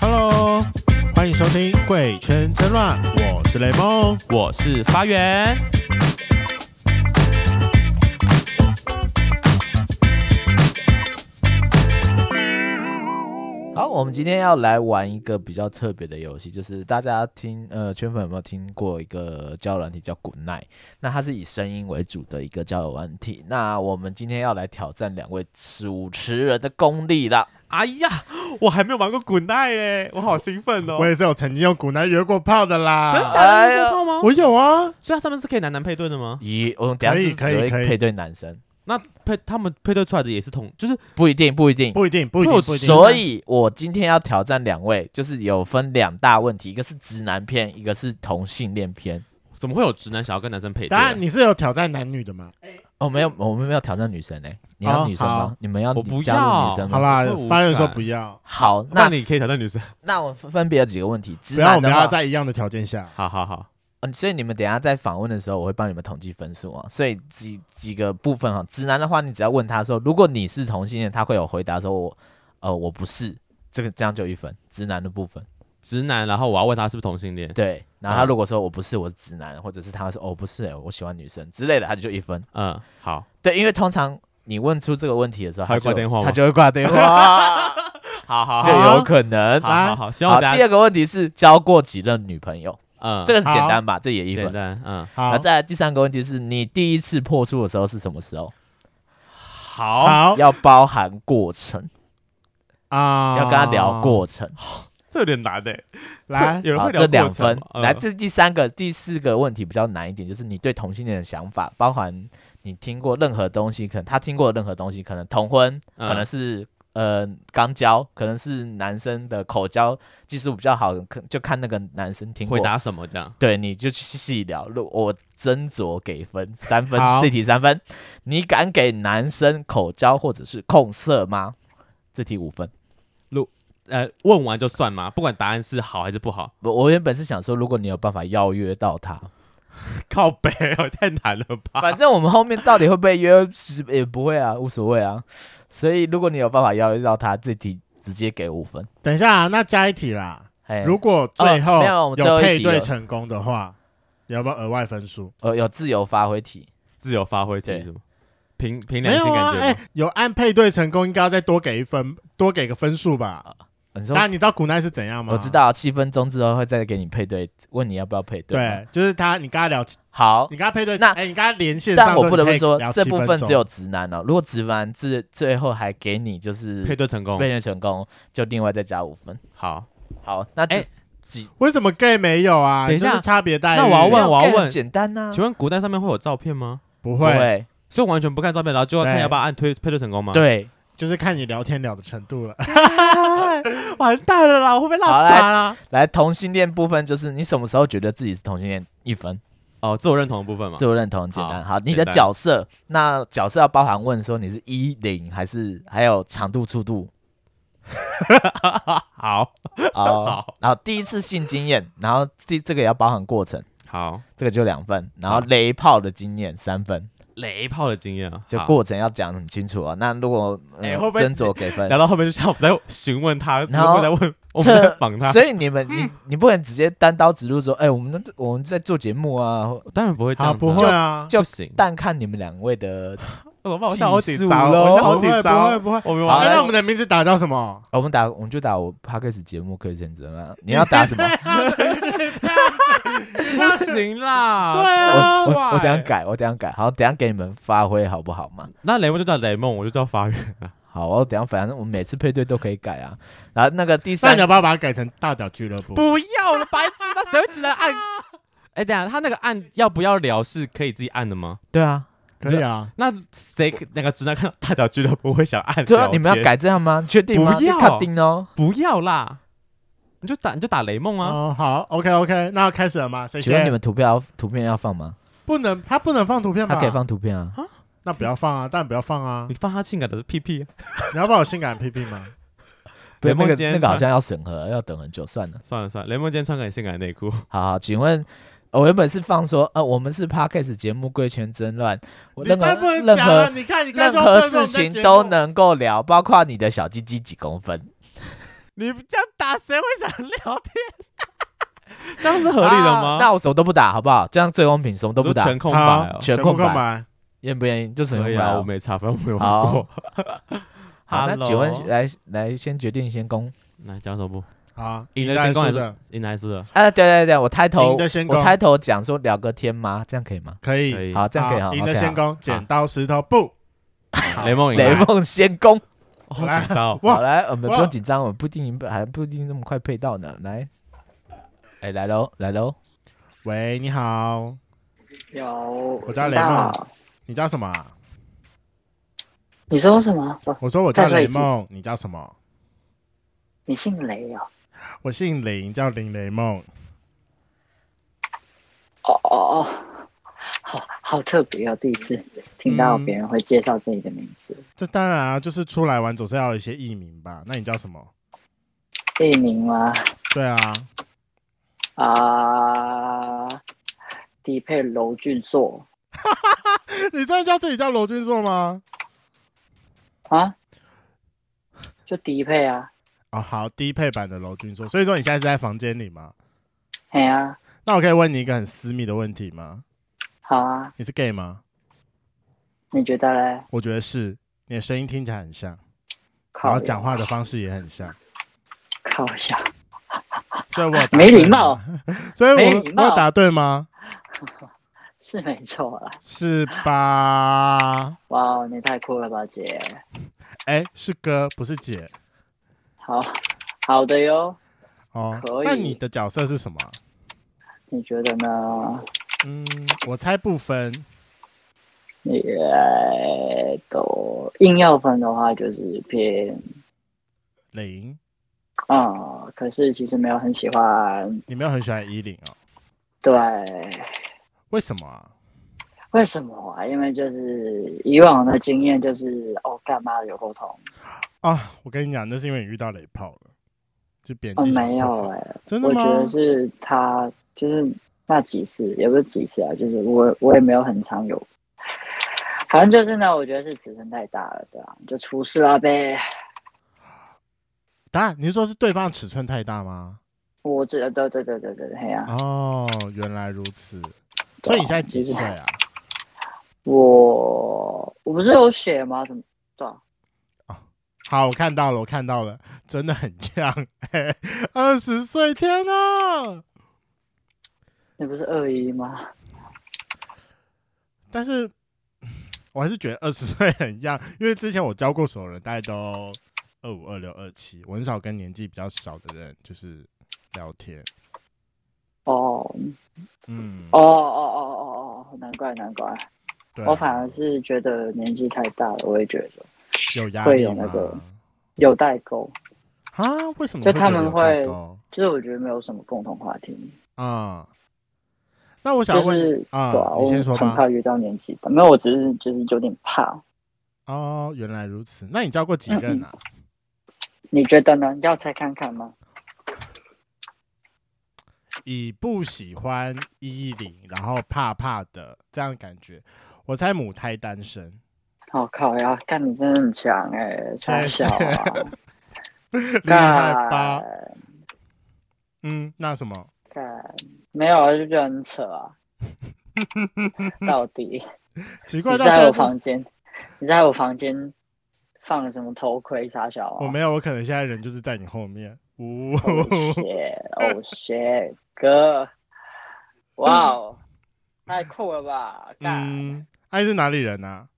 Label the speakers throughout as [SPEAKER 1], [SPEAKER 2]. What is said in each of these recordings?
[SPEAKER 1] Hello，欢迎收听《贵圈真乱》，我是雷梦。
[SPEAKER 2] 我是发源。
[SPEAKER 3] 好，我们今天要来玩一个比较特别的游戏，就是大家听呃，圈粉有没有听过一个交友软体叫 Good Night？那它是以声音为主的一个交友软体。那我们今天要来挑战两位主持人的功力啦。
[SPEAKER 2] 哎呀，我还没有玩过滚奈耶，我好兴奋哦！
[SPEAKER 1] 我也是有曾经用古男约过炮的啦，
[SPEAKER 3] 假的你有
[SPEAKER 2] 泡吗？
[SPEAKER 1] 我有啊，
[SPEAKER 2] 所以它上面是可以男男配对的吗？
[SPEAKER 3] 咦，我们等
[SPEAKER 1] 可以
[SPEAKER 3] 一下就是
[SPEAKER 1] 可以
[SPEAKER 3] 只会
[SPEAKER 1] 可以
[SPEAKER 3] 配对男生，
[SPEAKER 2] 那配他们配对出来的也是同，就是
[SPEAKER 3] 不一定，不一定。
[SPEAKER 1] 不一定，不一
[SPEAKER 2] 我
[SPEAKER 1] 定，
[SPEAKER 2] 有
[SPEAKER 1] 不一定。
[SPEAKER 3] 哦所以，我今天要挑战两位，就是有分两大问题，一个是直男片，一个是同性恋片。
[SPEAKER 2] 怎么会有直男想要跟男生配对啊
[SPEAKER 1] 当？然你是有挑战男女的嘛？
[SPEAKER 3] 哦，没有，我们没有挑战女生嘞、你要
[SPEAKER 1] 哦
[SPEAKER 3] 女生
[SPEAKER 1] 好
[SPEAKER 3] 吗？你们要
[SPEAKER 2] 我不
[SPEAKER 3] 加入
[SPEAKER 2] 要
[SPEAKER 3] 女生吗
[SPEAKER 1] 好？啦
[SPEAKER 2] 我不，
[SPEAKER 1] 发言说
[SPEAKER 2] 敢
[SPEAKER 1] 不要，
[SPEAKER 3] 好，
[SPEAKER 2] 那
[SPEAKER 3] 那
[SPEAKER 2] 你可以挑战女生。
[SPEAKER 3] 那我分分别有几个问题，直
[SPEAKER 1] 只要我
[SPEAKER 3] 男
[SPEAKER 1] 们
[SPEAKER 3] 的
[SPEAKER 1] 要
[SPEAKER 3] 话，
[SPEAKER 1] 在一样的条件下。
[SPEAKER 2] 好好好，
[SPEAKER 3] 嗯，所以你们等一下在访问的时候，我会帮你们统计分数啊。所以几几个部分哈，直男的话，你只要问他说，如果你是同性恋，他会有回答说我，呃，我不是，这个这样就一分。直男的部分，
[SPEAKER 2] 直男，然后我要问他是不是同性恋。
[SPEAKER 3] 对。然后他
[SPEAKER 2] 嗯
[SPEAKER 3] 如果说我不是，我是直男，或者是他说哦不是、欸，我喜欢女生之类的，他就一分。
[SPEAKER 2] 嗯，好，
[SPEAKER 3] 对，因为通常你问出这个问题的时候，他
[SPEAKER 2] 他会挂
[SPEAKER 3] 就
[SPEAKER 2] 电话吗
[SPEAKER 3] 他就会挂电 话，
[SPEAKER 2] 好好
[SPEAKER 3] 就
[SPEAKER 2] 好，
[SPEAKER 3] 有可能。
[SPEAKER 2] 好好好，希望
[SPEAKER 3] 好，
[SPEAKER 2] 大
[SPEAKER 3] 第
[SPEAKER 2] 家
[SPEAKER 3] 二个问题是交过几任女朋友，
[SPEAKER 2] 嗯，
[SPEAKER 3] 这个很简
[SPEAKER 1] 好
[SPEAKER 3] 单吧？这也一分
[SPEAKER 2] 简。单，嗯，
[SPEAKER 1] 好
[SPEAKER 3] 那，再来第三个问题是你第一次破处的时候是什么时候？
[SPEAKER 2] 好，
[SPEAKER 1] 好
[SPEAKER 3] 要包含过程，
[SPEAKER 1] 啊，
[SPEAKER 3] 要跟他聊。过程。
[SPEAKER 2] 这有点难诶，
[SPEAKER 1] 来，
[SPEAKER 2] 有人
[SPEAKER 3] 好，
[SPEAKER 2] 会
[SPEAKER 3] 这
[SPEAKER 2] 聊
[SPEAKER 3] 两
[SPEAKER 2] 过程
[SPEAKER 3] 分
[SPEAKER 2] 吗。
[SPEAKER 3] 来，
[SPEAKER 2] 嗯
[SPEAKER 3] 这第三个、第四个问题比较难一点，就是你对同性恋的想法，包含你听过任何东西，可能他听过的任何东西，可能同婚，
[SPEAKER 2] 嗯
[SPEAKER 3] 可能是。呃，肛交可能是男生的口交技术比较好，可就看那个男生听过
[SPEAKER 2] 回，答什么这样？
[SPEAKER 3] 对，你就去细聊。如我斟酌给分三分
[SPEAKER 1] 好，
[SPEAKER 3] 这题三分。你敢给男生口交或者是控色吗？这题五分。
[SPEAKER 2] 呃，问完就算吗？不管答案是好还是不好，
[SPEAKER 3] 我我原本是想说，如果你有办法邀约到他，
[SPEAKER 2] 靠北 哦，太难了
[SPEAKER 1] 啊
[SPEAKER 2] 吧？
[SPEAKER 3] 反正我们后面到底会不会约，是也不会啊，无所谓啊。所以如果你有办法邀约到他，这题直接给五分。
[SPEAKER 1] 等一下啊，那加一题 啦。
[SPEAKER 3] 哎，
[SPEAKER 1] 如果最
[SPEAKER 3] 哦
[SPEAKER 1] 后
[SPEAKER 3] 没有我们最
[SPEAKER 1] 有
[SPEAKER 3] 后一题
[SPEAKER 1] 配对
[SPEAKER 3] 了
[SPEAKER 1] 成功的话，你要不要额外分数？
[SPEAKER 3] 呃有自由发挥题，
[SPEAKER 2] 自由发挥题
[SPEAKER 3] 对
[SPEAKER 2] 是吗？凭凭
[SPEAKER 1] 没
[SPEAKER 2] 良
[SPEAKER 1] 有
[SPEAKER 2] 心
[SPEAKER 1] 啊，
[SPEAKER 2] 感觉
[SPEAKER 1] 哎
[SPEAKER 2] 吗？，
[SPEAKER 1] 有按配对成功，应该要再多给一分，多给个分数吧。
[SPEAKER 3] 你说
[SPEAKER 1] 当然，你知道古奈是怎样吗？
[SPEAKER 3] 我知。道七分钟之后会再给你配对，问你要不要配对吗。
[SPEAKER 1] 对，就是他，你跟他聊，
[SPEAKER 3] 好，
[SPEAKER 1] 你跟他配对，
[SPEAKER 3] 那
[SPEAKER 1] 哎，你跟他连线上之
[SPEAKER 3] 但
[SPEAKER 1] 后，
[SPEAKER 3] 我不得不说
[SPEAKER 1] 你可以聊，
[SPEAKER 3] 这
[SPEAKER 1] 7
[SPEAKER 3] 部
[SPEAKER 1] 分
[SPEAKER 3] 分
[SPEAKER 1] 钟
[SPEAKER 3] 只有直男哦。如果直男最最后还给你就是
[SPEAKER 2] 配对成
[SPEAKER 3] 嗯
[SPEAKER 2] 功，
[SPEAKER 3] 配对成功，就另外再加五分。
[SPEAKER 2] 好，
[SPEAKER 3] 好，那
[SPEAKER 2] 哎
[SPEAKER 1] 为什么 gay 没有啊？
[SPEAKER 2] 等一下
[SPEAKER 1] 就是差别待遇。
[SPEAKER 2] 那我要问
[SPEAKER 3] 没有
[SPEAKER 2] 我要
[SPEAKER 3] gay 很
[SPEAKER 2] 问
[SPEAKER 3] 简单呐，
[SPEAKER 2] 请问古代上面会有照片吗？
[SPEAKER 1] 不
[SPEAKER 3] 不
[SPEAKER 1] 会，
[SPEAKER 3] 会
[SPEAKER 2] 所以我完全不看照片，然后就要看
[SPEAKER 1] 对
[SPEAKER 2] 要不要按推配对成功吗？，
[SPEAKER 3] 对。
[SPEAKER 1] 就是看你聊天聊的程度了。
[SPEAKER 2] 完蛋了啦，我会被
[SPEAKER 3] 好
[SPEAKER 2] 拉
[SPEAKER 3] 来
[SPEAKER 2] 渣
[SPEAKER 1] 啊
[SPEAKER 2] 啦。
[SPEAKER 3] 来，同性恋部分就是你什么时候觉得自己是同性恋？一分，
[SPEAKER 2] 哦，自我认同的部分嘛
[SPEAKER 3] 自，我认同很简单。
[SPEAKER 2] 好
[SPEAKER 3] 好，你的
[SPEAKER 2] 简单
[SPEAKER 3] 角色，那角色要包含问说你是一零还是还有长度、粗 度
[SPEAKER 2] 好
[SPEAKER 3] 哦
[SPEAKER 2] 好。
[SPEAKER 3] 然后第一次性经验，然后第这个也要包含过程，
[SPEAKER 2] 好，
[SPEAKER 3] 这个就两分。然后
[SPEAKER 2] 好
[SPEAKER 3] 雷炮的经验三分，
[SPEAKER 2] 雷炮的经验啊，
[SPEAKER 3] 就
[SPEAKER 2] 好。
[SPEAKER 3] 过程要讲得很清楚啊。那如果呃
[SPEAKER 2] 哎会不会
[SPEAKER 3] 斟酌给 分，
[SPEAKER 2] 聊到后面就像我们在询问他，
[SPEAKER 3] 然后
[SPEAKER 2] 我们在问，我们在
[SPEAKER 3] 特
[SPEAKER 2] 访他，
[SPEAKER 3] 所以你们你你不能直接单刀直入说，哎，我们我们在做节目啊，
[SPEAKER 2] 当然不会这
[SPEAKER 1] 好，
[SPEAKER 2] 样子啊，
[SPEAKER 1] 不会啊，
[SPEAKER 3] 就
[SPEAKER 2] 不行。
[SPEAKER 3] 但看你们两位 的，
[SPEAKER 2] 怎么办？我现在好紧
[SPEAKER 3] 技术
[SPEAKER 2] 张哦，
[SPEAKER 3] 咯
[SPEAKER 2] 我现在好
[SPEAKER 1] 不
[SPEAKER 2] 紧
[SPEAKER 1] 会，
[SPEAKER 2] 张
[SPEAKER 1] 不会，
[SPEAKER 2] 哦，
[SPEAKER 1] 不会。
[SPEAKER 2] 我没
[SPEAKER 3] 好
[SPEAKER 2] 玩
[SPEAKER 1] 哎
[SPEAKER 3] 来
[SPEAKER 1] 那我们的名字打叫什么？
[SPEAKER 3] 哦我们打我们就打我 p a c k a s 节目可以选择 了，你要 打什么？
[SPEAKER 2] 不行啦。
[SPEAKER 1] 对啊
[SPEAKER 3] 我我我等一下
[SPEAKER 2] why？
[SPEAKER 3] 改，我等一下改，好，等一下给你们发挥好不好嘛？
[SPEAKER 2] 那雷梦就叫雷梦，我就叫发源啊。
[SPEAKER 3] 好，我等一下反正我们每次配对都可以改啊。然后那个第
[SPEAKER 1] 那
[SPEAKER 3] 三
[SPEAKER 1] 你要不要把它改成大屌俱乐部？
[SPEAKER 2] 不要了，白痴，那谁会只能按？ 哎、等一下，他那个按要不要聊是可以自己按的吗？
[SPEAKER 3] 对啊，
[SPEAKER 1] 可以啊，
[SPEAKER 2] 那谁那个直男看到大屌俱乐部会想按？
[SPEAKER 3] 对啊，你们要？改这样吗？确定吗？
[SPEAKER 2] 不要
[SPEAKER 3] 确定哦。
[SPEAKER 2] 不要啦，你就打你就打雷梦啊！
[SPEAKER 1] 哦，好，OK，OK，那要开始了吗？谁
[SPEAKER 3] 请问你
[SPEAKER 1] 先？
[SPEAKER 3] 们图片要图片要放吗？
[SPEAKER 1] 不能，他不能放图片吗？
[SPEAKER 3] 他可以，放图片啊。
[SPEAKER 1] 那不要放啊，但不要放啊
[SPEAKER 2] 你。放他性感的屁啊屁，
[SPEAKER 1] 你要帮我性感屁屁吗？
[SPEAKER 3] 不是
[SPEAKER 2] 雷梦
[SPEAKER 3] 那
[SPEAKER 2] 今
[SPEAKER 3] 个
[SPEAKER 2] 天
[SPEAKER 3] 那个好
[SPEAKER 2] 穿
[SPEAKER 3] 像要审核，要等很久，算了。
[SPEAKER 2] 算了算了，雷梦今天穿个很性感的内裤，
[SPEAKER 3] 好好，请问呃我原本是放说，呃，我们是 podcast 节目《贵圈争乱》，我
[SPEAKER 1] 你
[SPEAKER 3] 任
[SPEAKER 1] 太不
[SPEAKER 3] 何
[SPEAKER 1] 能
[SPEAKER 3] 任
[SPEAKER 1] 讲了，
[SPEAKER 3] 何
[SPEAKER 1] 你看你刚
[SPEAKER 3] 任
[SPEAKER 1] 说
[SPEAKER 3] 何
[SPEAKER 1] 不能说我
[SPEAKER 3] 事
[SPEAKER 1] 们在
[SPEAKER 3] 情
[SPEAKER 1] 节
[SPEAKER 3] 都
[SPEAKER 1] 目，
[SPEAKER 3] 能够聊，包括你的小鸡鸡几公分，
[SPEAKER 2] 你这样打谁会想聊天？这样是合理的
[SPEAKER 3] 啊
[SPEAKER 2] 吗？
[SPEAKER 3] 那我什么都不打，好不好？这样最公平，什么都不
[SPEAKER 2] 都
[SPEAKER 3] 打，
[SPEAKER 2] 全空白
[SPEAKER 1] 好
[SPEAKER 2] 哦，
[SPEAKER 3] 全
[SPEAKER 1] 部
[SPEAKER 3] 空白
[SPEAKER 1] 白。
[SPEAKER 3] 愿不愿意？就是
[SPEAKER 2] 可以啊，我没查，反正我没玩
[SPEAKER 3] 好
[SPEAKER 2] 过。
[SPEAKER 3] 好，那
[SPEAKER 2] Hello
[SPEAKER 3] 请问来来先决定先攻
[SPEAKER 2] 来讲什么？
[SPEAKER 1] 好，
[SPEAKER 2] 赢
[SPEAKER 1] 赢
[SPEAKER 2] 的
[SPEAKER 1] 的
[SPEAKER 2] 先攻还
[SPEAKER 1] 输
[SPEAKER 2] 是
[SPEAKER 1] 的
[SPEAKER 2] 赢来输的？
[SPEAKER 3] 啊？对对对，我开头
[SPEAKER 1] 赢的先攻
[SPEAKER 3] 我开头讲说聊个天吗？这样可以吗？
[SPEAKER 1] 可
[SPEAKER 2] 可
[SPEAKER 1] 以，啊
[SPEAKER 2] 以。
[SPEAKER 3] 好，这样可以哈。
[SPEAKER 1] 赢的
[SPEAKER 3] OK，
[SPEAKER 1] 先
[SPEAKER 3] 好
[SPEAKER 1] 攻，剪刀石头布。
[SPEAKER 2] 雷梦赢，
[SPEAKER 3] 雷，梦先攻。
[SPEAKER 2] 哦好紧张哦。
[SPEAKER 1] 哇
[SPEAKER 3] 好来，我们
[SPEAKER 1] 哇
[SPEAKER 3] 不用紧张，我们不一定还不一定那么快配到呢。来，哎，来喽，来喽，
[SPEAKER 1] 喂，你好，
[SPEAKER 4] 有，
[SPEAKER 1] 我叫雷梦你叫什么啊？
[SPEAKER 4] 你说什么？哦我
[SPEAKER 1] 我说我叫
[SPEAKER 4] 再说
[SPEAKER 1] 雷
[SPEAKER 4] 一次
[SPEAKER 1] 梦，你叫什么？
[SPEAKER 4] 你姓雷哦？
[SPEAKER 1] 我姓林，叫林雷梦。
[SPEAKER 4] 哦哦哦，好好特别哦，第一次听到别人会介绍自己的名字。
[SPEAKER 1] 这当然啊，就是出来玩总是要有一些艺名吧？那你叫什么？
[SPEAKER 4] 艺、名吗？
[SPEAKER 1] 对啊，
[SPEAKER 4] 啊、低配娄俊硕
[SPEAKER 1] 你真的叫自己叫罗君硕吗？
[SPEAKER 4] 啊，就低配啊，
[SPEAKER 1] 哦，好，低配版的罗君硕。所以说你现在是在房间里吗？
[SPEAKER 4] 嘿啊，
[SPEAKER 1] 那我可以问你一个很私密的问题吗？
[SPEAKER 4] 好啊，
[SPEAKER 1] 你是 gay 吗？
[SPEAKER 4] 你觉得嘞？
[SPEAKER 1] 我觉得是，你的声音听起来很像，然
[SPEAKER 4] 靠
[SPEAKER 1] 后
[SPEAKER 4] 腰，
[SPEAKER 1] 讲话的方式也很像，
[SPEAKER 4] 靠一下，
[SPEAKER 1] 所以我有答
[SPEAKER 4] 没
[SPEAKER 1] 对
[SPEAKER 4] 礼貌
[SPEAKER 1] 吗，所以
[SPEAKER 4] 没
[SPEAKER 1] 我
[SPEAKER 4] 礼
[SPEAKER 1] 我
[SPEAKER 4] 貌
[SPEAKER 1] 有答对吗？
[SPEAKER 4] 是没错啦。
[SPEAKER 1] 是吧？
[SPEAKER 4] 哇哦，你太酷了吧，姐！
[SPEAKER 1] 哎，是哥不是姐
[SPEAKER 4] 好好的哟，
[SPEAKER 1] 哦
[SPEAKER 4] 可。以
[SPEAKER 1] 那你的角色是什么啊？
[SPEAKER 4] 你觉得呢？
[SPEAKER 1] 嗯，我猜不分。
[SPEAKER 4] 也都硬要分的话，就是偏
[SPEAKER 1] 零，
[SPEAKER 4] 啊、嗯可是其实没有很喜欢。
[SPEAKER 1] 你没有很喜欢依林哦？
[SPEAKER 4] 对，
[SPEAKER 1] 为什么啊？
[SPEAKER 4] 为什么啊？因为就是以往的经验就是哦，干嘛有沟通？
[SPEAKER 1] 啊，我跟你讲，那是因为你遇到雷炮了，就贬
[SPEAKER 4] 哦，
[SPEAKER 1] 低小
[SPEAKER 4] 没
[SPEAKER 1] 朋
[SPEAKER 4] 有
[SPEAKER 1] 友，
[SPEAKER 4] 哎、
[SPEAKER 1] 真的
[SPEAKER 4] 我
[SPEAKER 1] 吗
[SPEAKER 4] 觉？得是他就是那几次，也不是几次啊，就是我我也没有很常有，反正就是呢，我觉得是尺寸太大了，对啊，就出事了呗。
[SPEAKER 1] 答案，你是说是对方尺寸太大吗？
[SPEAKER 4] 我知道，对对对对对，嘿啊，
[SPEAKER 1] 哦，原来如此。所以你现在几
[SPEAKER 4] 就是
[SPEAKER 1] 岁啊？
[SPEAKER 4] 我我不是有写吗？怎么对啊？
[SPEAKER 1] 好，我看到了，我看到了，真的很像，二十岁，天啊哪！
[SPEAKER 4] 你不是二一吗？
[SPEAKER 1] 但是嗯我还是觉得二十岁很像，因为之前我教过所有人，大概都二五、二六、二七，我很少跟年纪比较小的人就是聊天。
[SPEAKER 4] 哦
[SPEAKER 1] 嗯
[SPEAKER 4] 哦，哦哦哦哦，难怪难怪，
[SPEAKER 1] 对啊
[SPEAKER 4] 我反而是觉得年纪太大了，我也觉得
[SPEAKER 1] 有压
[SPEAKER 4] 会
[SPEAKER 1] 力
[SPEAKER 4] 有那
[SPEAKER 1] 吗
[SPEAKER 4] 个有代沟，
[SPEAKER 1] 啊？为什么会
[SPEAKER 4] 就他
[SPEAKER 1] 觉得
[SPEAKER 4] 们
[SPEAKER 1] 有代
[SPEAKER 4] 会
[SPEAKER 1] 沟
[SPEAKER 4] 就是我觉得没有什么共同话题，
[SPEAKER 1] 啊？那我想
[SPEAKER 4] 就
[SPEAKER 1] 问
[SPEAKER 4] 是、
[SPEAKER 1] 啊
[SPEAKER 4] 对啊，
[SPEAKER 1] 你
[SPEAKER 4] 我
[SPEAKER 1] 先说
[SPEAKER 4] 很
[SPEAKER 1] 吧
[SPEAKER 4] 怕。遇到年纪大，没有，我只是就是有点怕。
[SPEAKER 1] 哦，原来如此。那你教过几
[SPEAKER 4] 嗯
[SPEAKER 1] 任啊？
[SPEAKER 4] 你觉得呢？你要猜看看吗？
[SPEAKER 1] 以不喜欢一零，然后怕怕的这样的感觉，我猜母胎单 身。
[SPEAKER 4] 我、哦靠呀，干你真的很强哎、
[SPEAKER 1] 谢
[SPEAKER 4] 欸，超
[SPEAKER 1] 谢
[SPEAKER 4] 小啊，
[SPEAKER 1] 厉害吧
[SPEAKER 4] 干？
[SPEAKER 1] 嗯，那什么？
[SPEAKER 4] 干没有啊，就觉得很扯啊， 到底。
[SPEAKER 1] 奇
[SPEAKER 4] 你
[SPEAKER 1] 怪，
[SPEAKER 4] 是
[SPEAKER 1] 到
[SPEAKER 4] 在
[SPEAKER 1] 现在
[SPEAKER 4] 我房间，你在我房间放了什么头盔傻小啊？
[SPEAKER 1] 我没有，我可能现在人就是在你后面。呜、
[SPEAKER 4] Oh shit! Oh shit! 哥，哇哦，太酷了吧！干、
[SPEAKER 1] 嗯，爱、你是哪里人啊？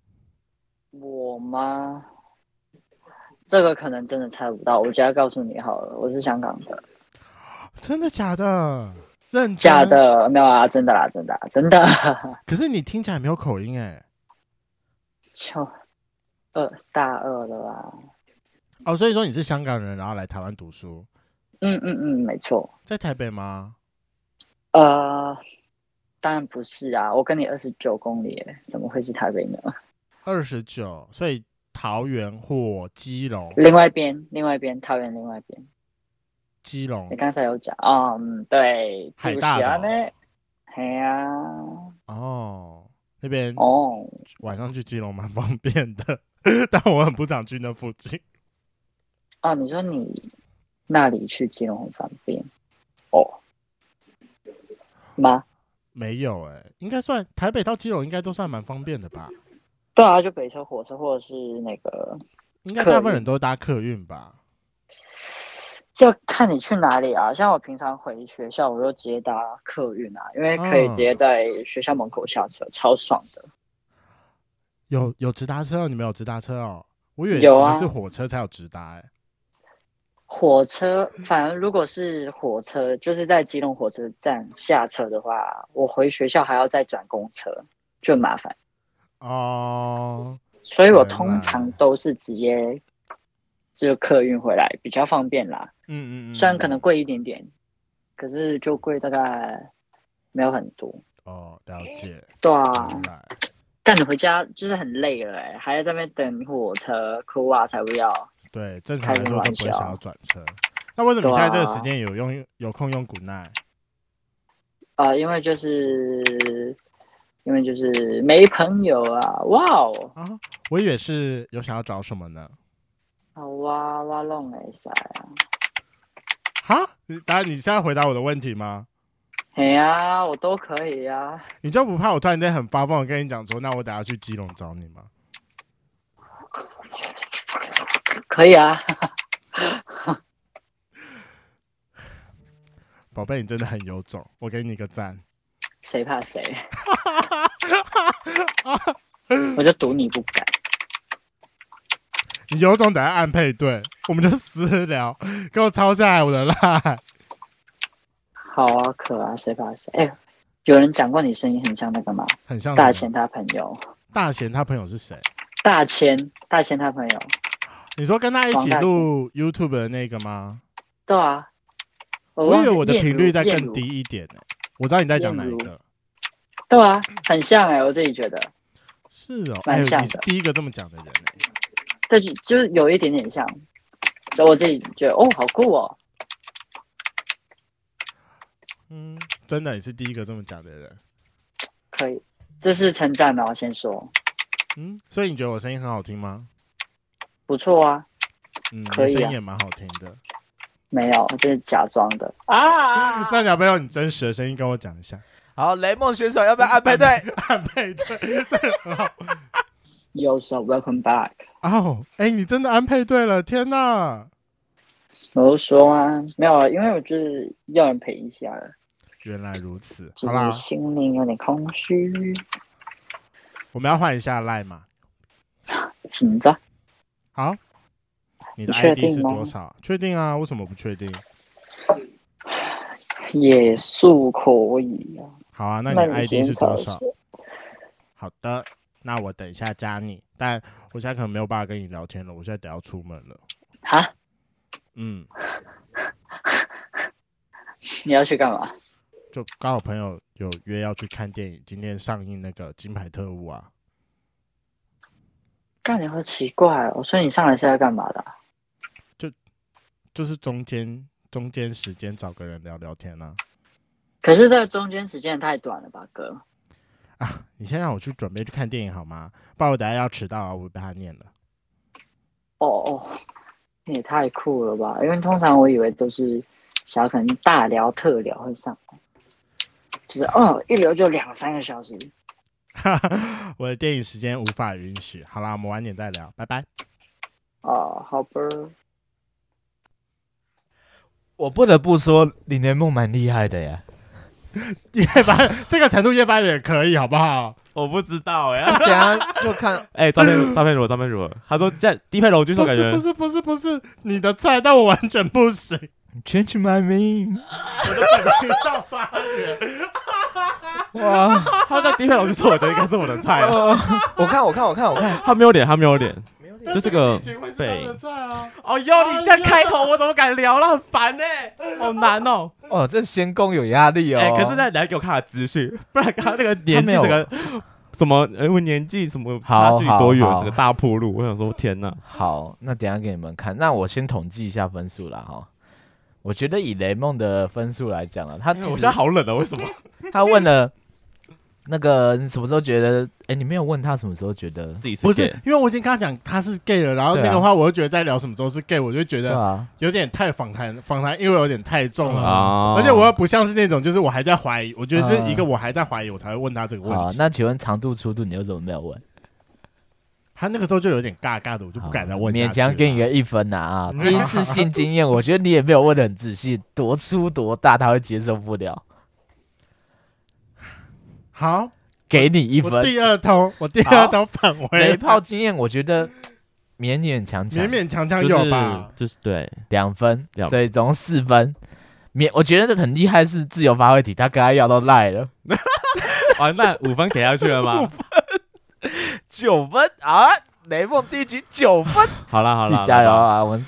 [SPEAKER 4] 我吗？这个可能真的猜不到，我直接告诉你好了，我是香港的，
[SPEAKER 1] 真的假的？认真
[SPEAKER 4] 假？的没有啊，真的啦，真的啦，真的，
[SPEAKER 1] 可是你听起来没有口音哎、
[SPEAKER 4] 就二大二了啊吧？
[SPEAKER 1] 哦，所以说你是香港人，然后来台湾读书，
[SPEAKER 4] 嗯嗯嗯，没错。
[SPEAKER 1] 在台北吗？
[SPEAKER 4] 呃，当然不是啊，我跟你二十九公里耶，怎么会是台北呢？
[SPEAKER 1] 二十九，所以桃园或基隆，
[SPEAKER 4] 另外一边，另外一边，桃园另外一边，
[SPEAKER 1] 基隆
[SPEAKER 4] 你刚才有讲，嗯，对，
[SPEAKER 1] 海
[SPEAKER 4] 对不
[SPEAKER 1] 大
[SPEAKER 4] 起啊
[SPEAKER 1] 岛
[SPEAKER 4] 呢，嘿呀、
[SPEAKER 1] 哦，那边
[SPEAKER 4] 哦，
[SPEAKER 1] 晚上去基隆蛮方便的， 但我很不想去那附近。
[SPEAKER 4] 哦，你说你那里去基隆很方便哦？吗？
[SPEAKER 1] 没有哎、应该算台北到基隆应该都算蛮方便的吧？
[SPEAKER 4] 对啊，就北车火车或者是那个，
[SPEAKER 1] 应该
[SPEAKER 4] 客
[SPEAKER 1] 大部分
[SPEAKER 4] 运
[SPEAKER 1] 人都搭客运吧？
[SPEAKER 4] 要看你去哪里啊。像我平常回学校，我就直接搭客运啊，因为可
[SPEAKER 1] 嗯
[SPEAKER 4] 以直接在学校门口下车，超爽的。
[SPEAKER 1] 有有直达车哦，你们有直达车哦？我以为
[SPEAKER 4] 有啊
[SPEAKER 1] 你们是火车才有直达哎、
[SPEAKER 4] 火车，反正如果是火车，就是在基隆火车站下车的话，我回学校还要再转公车，就很麻烦。
[SPEAKER 1] 哦，
[SPEAKER 4] 所以我
[SPEAKER 1] 原
[SPEAKER 4] 通
[SPEAKER 1] 来
[SPEAKER 4] 常都是直接就客运回来，比较方便啦。
[SPEAKER 1] 嗯嗯嗯，
[SPEAKER 4] 虽然可能贵一点点，可是就贵大概没有很多。
[SPEAKER 1] 哦，了解，
[SPEAKER 4] 对啊，
[SPEAKER 1] 明白。
[SPEAKER 4] 但你回家就是很累了、欸，还要在那边等火车，哭啊才不要。
[SPEAKER 1] 对，正常
[SPEAKER 4] 开
[SPEAKER 1] 来
[SPEAKER 4] 什
[SPEAKER 1] 说都
[SPEAKER 4] 么玩
[SPEAKER 1] 不会
[SPEAKER 4] 笑
[SPEAKER 1] 想要转车。那为什么你现
[SPEAKER 4] 对
[SPEAKER 1] 在这个
[SPEAKER 4] 啊
[SPEAKER 1] 时间有用有空用 Good night？
[SPEAKER 4] 啊，因为就是因为就是没朋友啊，哇哦，
[SPEAKER 1] 啊？我以为是有想要找什么呢？
[SPEAKER 4] 啊哇哇弄哎塞啊，
[SPEAKER 1] 哈？你当然你现在回答我的问题吗？
[SPEAKER 4] 嘿呀、啊，我都可以啊。
[SPEAKER 1] 你就不怕我突然间很发疯的跟你讲说，那我等下去基隆找你吗？
[SPEAKER 4] 可以啊，
[SPEAKER 1] 宝贝，你真的很有种，我给你一个赞。
[SPEAKER 4] 谁怕谁？ 我就赌你不敢。
[SPEAKER 1] 你有种等下按配对，我们就私聊，给我抄下来我的赖。
[SPEAKER 4] 好啊，可啊，谁怕谁？哎、有人讲过你声音很像那个吗？
[SPEAKER 1] 很像
[SPEAKER 4] 大
[SPEAKER 1] 什
[SPEAKER 4] 千
[SPEAKER 1] 么
[SPEAKER 4] 他朋友，
[SPEAKER 1] 大贤他朋友是谁？
[SPEAKER 4] 大千，大千他朋友，
[SPEAKER 1] 你说跟他一
[SPEAKER 4] 王
[SPEAKER 1] 起
[SPEAKER 4] 大贤
[SPEAKER 1] 录 YouTube 的那个吗？
[SPEAKER 4] 对啊。
[SPEAKER 1] 我
[SPEAKER 4] 忘
[SPEAKER 1] 以
[SPEAKER 4] 记
[SPEAKER 1] 为我的
[SPEAKER 4] 燕
[SPEAKER 1] 频
[SPEAKER 4] 如
[SPEAKER 1] 率在
[SPEAKER 4] 燕
[SPEAKER 1] 更
[SPEAKER 4] 如
[SPEAKER 1] 低一点呢、我知道你在讲哪一
[SPEAKER 4] 燕如
[SPEAKER 1] 个。
[SPEAKER 4] 对啊，很像哎、我自己觉得，
[SPEAKER 1] 是哦，
[SPEAKER 4] 蛮
[SPEAKER 1] 哎呦，
[SPEAKER 4] 像
[SPEAKER 1] 你是
[SPEAKER 4] 的
[SPEAKER 1] 第一个这么讲的人、欸，
[SPEAKER 4] 这就就是有一点点像，所以我自己觉得哦，好酷哦。
[SPEAKER 1] 嗯，真的，你是第一个这么讲的人，
[SPEAKER 4] 可以，这是称赞哦。先说
[SPEAKER 1] 嗯，所以你觉得我声音很好听吗？
[SPEAKER 4] 不错啊，
[SPEAKER 1] 嗯，
[SPEAKER 4] 可以啊
[SPEAKER 1] 你的声音也蛮好听的。
[SPEAKER 4] 没有，这是假装的啊。
[SPEAKER 1] 那你要哎不要用你真实的声音跟我讲一下？
[SPEAKER 3] 好，雷梦选手要不要
[SPEAKER 4] 啊
[SPEAKER 3] 安排队？
[SPEAKER 1] 汉配对，这个很好。
[SPEAKER 4] 有时候 welcome back，
[SPEAKER 1] 哦，哎，你真的安配对了，天哪！
[SPEAKER 4] 我就说啊，没有啊，因为我就是要人陪一下了，
[SPEAKER 1] 原来如此，
[SPEAKER 4] 就
[SPEAKER 1] 好啦
[SPEAKER 4] 是，心灵有点空虚，
[SPEAKER 1] 我们要换一下赖嘛。
[SPEAKER 4] 紧张。
[SPEAKER 1] 好，你的
[SPEAKER 4] 你确
[SPEAKER 1] ID 是
[SPEAKER 4] 定吗
[SPEAKER 1] 多少？确定啊？为什么不确定？
[SPEAKER 4] 也素可以啊。
[SPEAKER 1] 好啊，那你
[SPEAKER 4] 那
[SPEAKER 1] 的
[SPEAKER 4] 你
[SPEAKER 1] ID
[SPEAKER 4] 先
[SPEAKER 1] 是多
[SPEAKER 4] 找一
[SPEAKER 1] 少
[SPEAKER 4] 下？
[SPEAKER 1] 好的，那我等一下加你，但我现在可能没有办法跟你聊天了，我现在得要出门了。
[SPEAKER 4] 哈，
[SPEAKER 1] 嗯，
[SPEAKER 4] 你要去干嘛？
[SPEAKER 1] 就刚好朋友有约要去看电影，今天上映那个《金牌特务》啊，
[SPEAKER 4] 干你好奇怪哦！所以你上来是要干嘛的啊、
[SPEAKER 1] 就是中间中间时间找个人聊聊天啊。
[SPEAKER 4] 可是这个中间时间也太短了吧，哥？
[SPEAKER 1] 啊，你先让我去准备去看电影好吗？不然我等下要迟到啊，我会被他念了。
[SPEAKER 4] 哦哦，你也太酷了吧！因为通常我以为都是想要可能大聊特聊会上来，就是哦一聊就两三个小时。
[SPEAKER 1] 我的电影时间无法允许。好啦，我们晚点再聊，拜拜。
[SPEAKER 4] 哦，好吧。
[SPEAKER 3] 我不得不说，李连梦蛮厉害的呀。
[SPEAKER 1] 夜班这个程度夜班也可以，好不好？
[SPEAKER 2] 我不知道哎、
[SPEAKER 3] 等一下啊就看
[SPEAKER 2] 哎，张佩张佩如，张佩如，他说这样低配楼就说
[SPEAKER 1] 不
[SPEAKER 2] 感
[SPEAKER 1] 是
[SPEAKER 2] 觉
[SPEAKER 1] 不是不是不是你的菜，但我完全不 行，
[SPEAKER 3] Change My Mind，
[SPEAKER 1] 我的本频道发言。
[SPEAKER 3] 哇！
[SPEAKER 2] 他在低配楼哦就说我觉得应该是我的菜啊了，
[SPEAKER 3] 我看，我看，我看，我看，
[SPEAKER 2] 他没有脸，他没有脸，就这个
[SPEAKER 1] 被菜啊，
[SPEAKER 2] 哦哟，你这样开头我怎么敢聊了？很烦呢、 好难哦。
[SPEAKER 3] 哦，这仙公有压力哦。
[SPEAKER 2] 哎、可是那你来给我看他的资讯，不然刚刚那个
[SPEAKER 3] 他
[SPEAKER 2] 年纪这
[SPEAKER 3] 没有
[SPEAKER 2] 个什么，因为年纪什么差距
[SPEAKER 3] 好
[SPEAKER 2] 多远
[SPEAKER 3] 好，
[SPEAKER 2] 这个大铺路，我想说天哪，
[SPEAKER 3] 好，那等一下给你们看。那我先统计一下分数啦，哈。我我觉得以雷梦的分数来讲啊，他
[SPEAKER 2] 哎
[SPEAKER 3] 其
[SPEAKER 2] 我现
[SPEAKER 3] 实
[SPEAKER 2] 在好冷啊，为什么？
[SPEAKER 3] 他问了那个你什么时候觉得？哎、你没有问他什么时候觉得？
[SPEAKER 2] 自己是
[SPEAKER 1] 不是
[SPEAKER 2] gay，
[SPEAKER 1] 因为我已经跟他讲他是 gay 了，然后
[SPEAKER 3] 对啊
[SPEAKER 1] 那个话我就觉得在聊什么时候是 gay，我就觉
[SPEAKER 3] 对
[SPEAKER 1] 得
[SPEAKER 3] 啊，
[SPEAKER 1] 有点太访谈访谈，因为有点太重了。
[SPEAKER 2] 啊
[SPEAKER 1] 而且我又不像是那种，就是我还在怀疑，我觉得是一个我还在怀疑，我才会问他这个问
[SPEAKER 3] 好，
[SPEAKER 1] 题。
[SPEAKER 3] 啊那请问长度粗度你又怎么没有问？
[SPEAKER 1] 他那个时候就有点尬尬的，我就不敢再问下去了。
[SPEAKER 3] 勉强给你个一分呐 啊！第一次性经验，我觉得你也没有问的很仔细，多粗多大他会接受不了，
[SPEAKER 1] 好，
[SPEAKER 3] 给你一
[SPEAKER 1] 我
[SPEAKER 3] 分。
[SPEAKER 1] 第二通，我第二通返回
[SPEAKER 3] 雷炮经验，我觉得勉勉强强
[SPEAKER 1] 勉勉强强
[SPEAKER 2] 就是
[SPEAKER 1] 有吧？
[SPEAKER 2] 就是对，
[SPEAKER 3] 两分，
[SPEAKER 2] 两
[SPEAKER 3] 所以总共四分。勉我觉得很厉害是自由发挥题，他跟他要到赖了
[SPEAKER 2] 完蛋，哦五分给下去了 吗？
[SPEAKER 3] 九分啊！雷梦第一局九分，
[SPEAKER 2] 好啦好
[SPEAKER 3] 自
[SPEAKER 2] 啦，
[SPEAKER 3] 己 加油
[SPEAKER 2] 好啦！
[SPEAKER 3] 啊！我们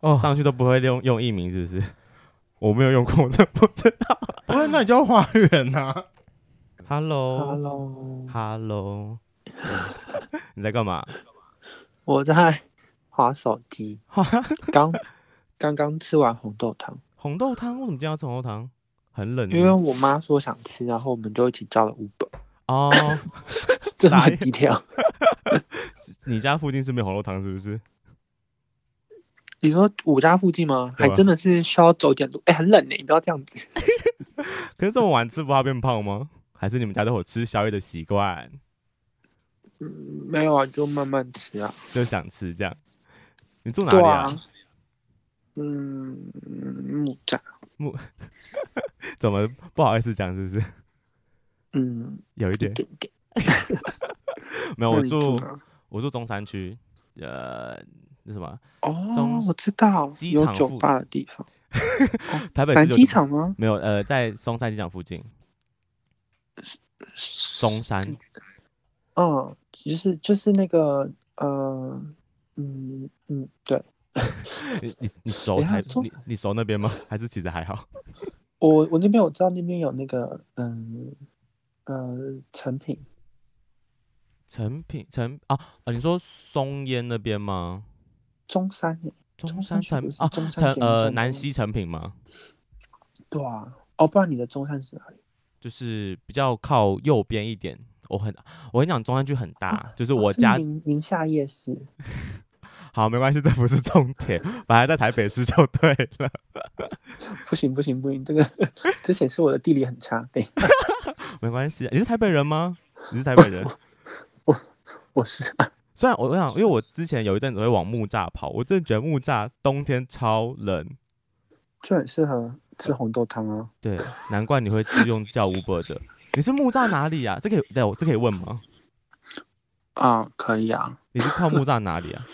[SPEAKER 3] 哦，
[SPEAKER 2] 上去都不会用用艺名是不是？ 我没有用过，我真的不知道。
[SPEAKER 1] 不是，那你叫花园啊呐？
[SPEAKER 2] Hello
[SPEAKER 5] Hello，
[SPEAKER 2] Hello，你在干嘛？
[SPEAKER 5] 我在划手机，刚刚刚吃完红豆汤，
[SPEAKER 2] 红豆汤？为什么今天要吃红豆汤？很冷呢，
[SPEAKER 5] 因为我妈说想吃，然后我们就一起叫了五本，
[SPEAKER 2] 哦，
[SPEAKER 5] 这么
[SPEAKER 2] 哪里
[SPEAKER 5] 低调。
[SPEAKER 2] 你家附近是没有红豆汤是不是？
[SPEAKER 5] 你说我家附近吗？
[SPEAKER 2] 对
[SPEAKER 5] 还
[SPEAKER 2] 啊
[SPEAKER 5] 真的是需要走点路，哎、很冷呢、你不要这样子。
[SPEAKER 2] 可是这么晚吃不怕变胖吗？还是你们家都有吃宵夜的习惯，
[SPEAKER 5] 嗯，没有啊，就慢慢吃啊。
[SPEAKER 2] 就想吃这样？你住哪
[SPEAKER 5] 对
[SPEAKER 2] 里
[SPEAKER 5] 啊？嗯，木栅，
[SPEAKER 2] 怎么不好意思讲是不是？
[SPEAKER 5] 嗯，
[SPEAKER 2] 有一
[SPEAKER 5] 一
[SPEAKER 2] 点
[SPEAKER 5] 点点。
[SPEAKER 2] 没有，啊我
[SPEAKER 5] 那你住
[SPEAKER 2] 住
[SPEAKER 5] 哪？
[SPEAKER 2] 我住中山区，呃，那什么
[SPEAKER 5] 哦
[SPEAKER 2] 中，
[SPEAKER 5] 我知道，
[SPEAKER 2] 机
[SPEAKER 5] 有
[SPEAKER 2] 场
[SPEAKER 5] 酒
[SPEAKER 2] 附
[SPEAKER 5] 吧的地方，
[SPEAKER 2] 台北
[SPEAKER 5] 南
[SPEAKER 2] 市有
[SPEAKER 5] 机场吗？
[SPEAKER 2] 没有？呃，在松山机场附近，中山
[SPEAKER 5] 嗯，就是就是那个呃，嗯嗯，对，
[SPEAKER 2] 你你你熟
[SPEAKER 5] 等一下
[SPEAKER 2] 台
[SPEAKER 5] 中
[SPEAKER 2] 你你熟那边吗？ 还是其实还好？
[SPEAKER 5] 我我那边我知道那边有那个嗯呃成品，
[SPEAKER 2] 成品成啊啊，你说松烟那边吗？
[SPEAKER 5] 中山耶，
[SPEAKER 2] 中
[SPEAKER 5] 中
[SPEAKER 2] 山
[SPEAKER 5] 山区
[SPEAKER 2] 成
[SPEAKER 5] 不是
[SPEAKER 2] 啊
[SPEAKER 5] 中山
[SPEAKER 2] 成
[SPEAKER 5] 捷运
[SPEAKER 2] 呃
[SPEAKER 5] 站
[SPEAKER 2] 南
[SPEAKER 5] 吗
[SPEAKER 2] 西成品吗？
[SPEAKER 5] 对啊，哦，不然你的中山是哪里？
[SPEAKER 2] 就是比较靠右边一点。我很我跟你讲，中山区很大，就是我
[SPEAKER 5] 哦是
[SPEAKER 2] 家
[SPEAKER 5] 宁宁夏夜市，
[SPEAKER 2] 好没关系，这不是重点，反正在台北市就对了。
[SPEAKER 5] 不行不行不行，这个这显示我的地理很差。哎对，
[SPEAKER 2] 没关系，啊你是台北人吗？你是台北 人？
[SPEAKER 5] 我是啊
[SPEAKER 2] 虽然我我想，因为我之前有一阵子会往木栅跑，我真的觉得木栅冬天超冷，
[SPEAKER 5] 就很适合吃红豆汤啊。
[SPEAKER 2] 对，难怪你会自用叫 Uber 的。你是木栅哪里啊？这可以，对，我这可以问吗？
[SPEAKER 5] 啊，可以啊，
[SPEAKER 2] 你是靠木栅哪里 啊？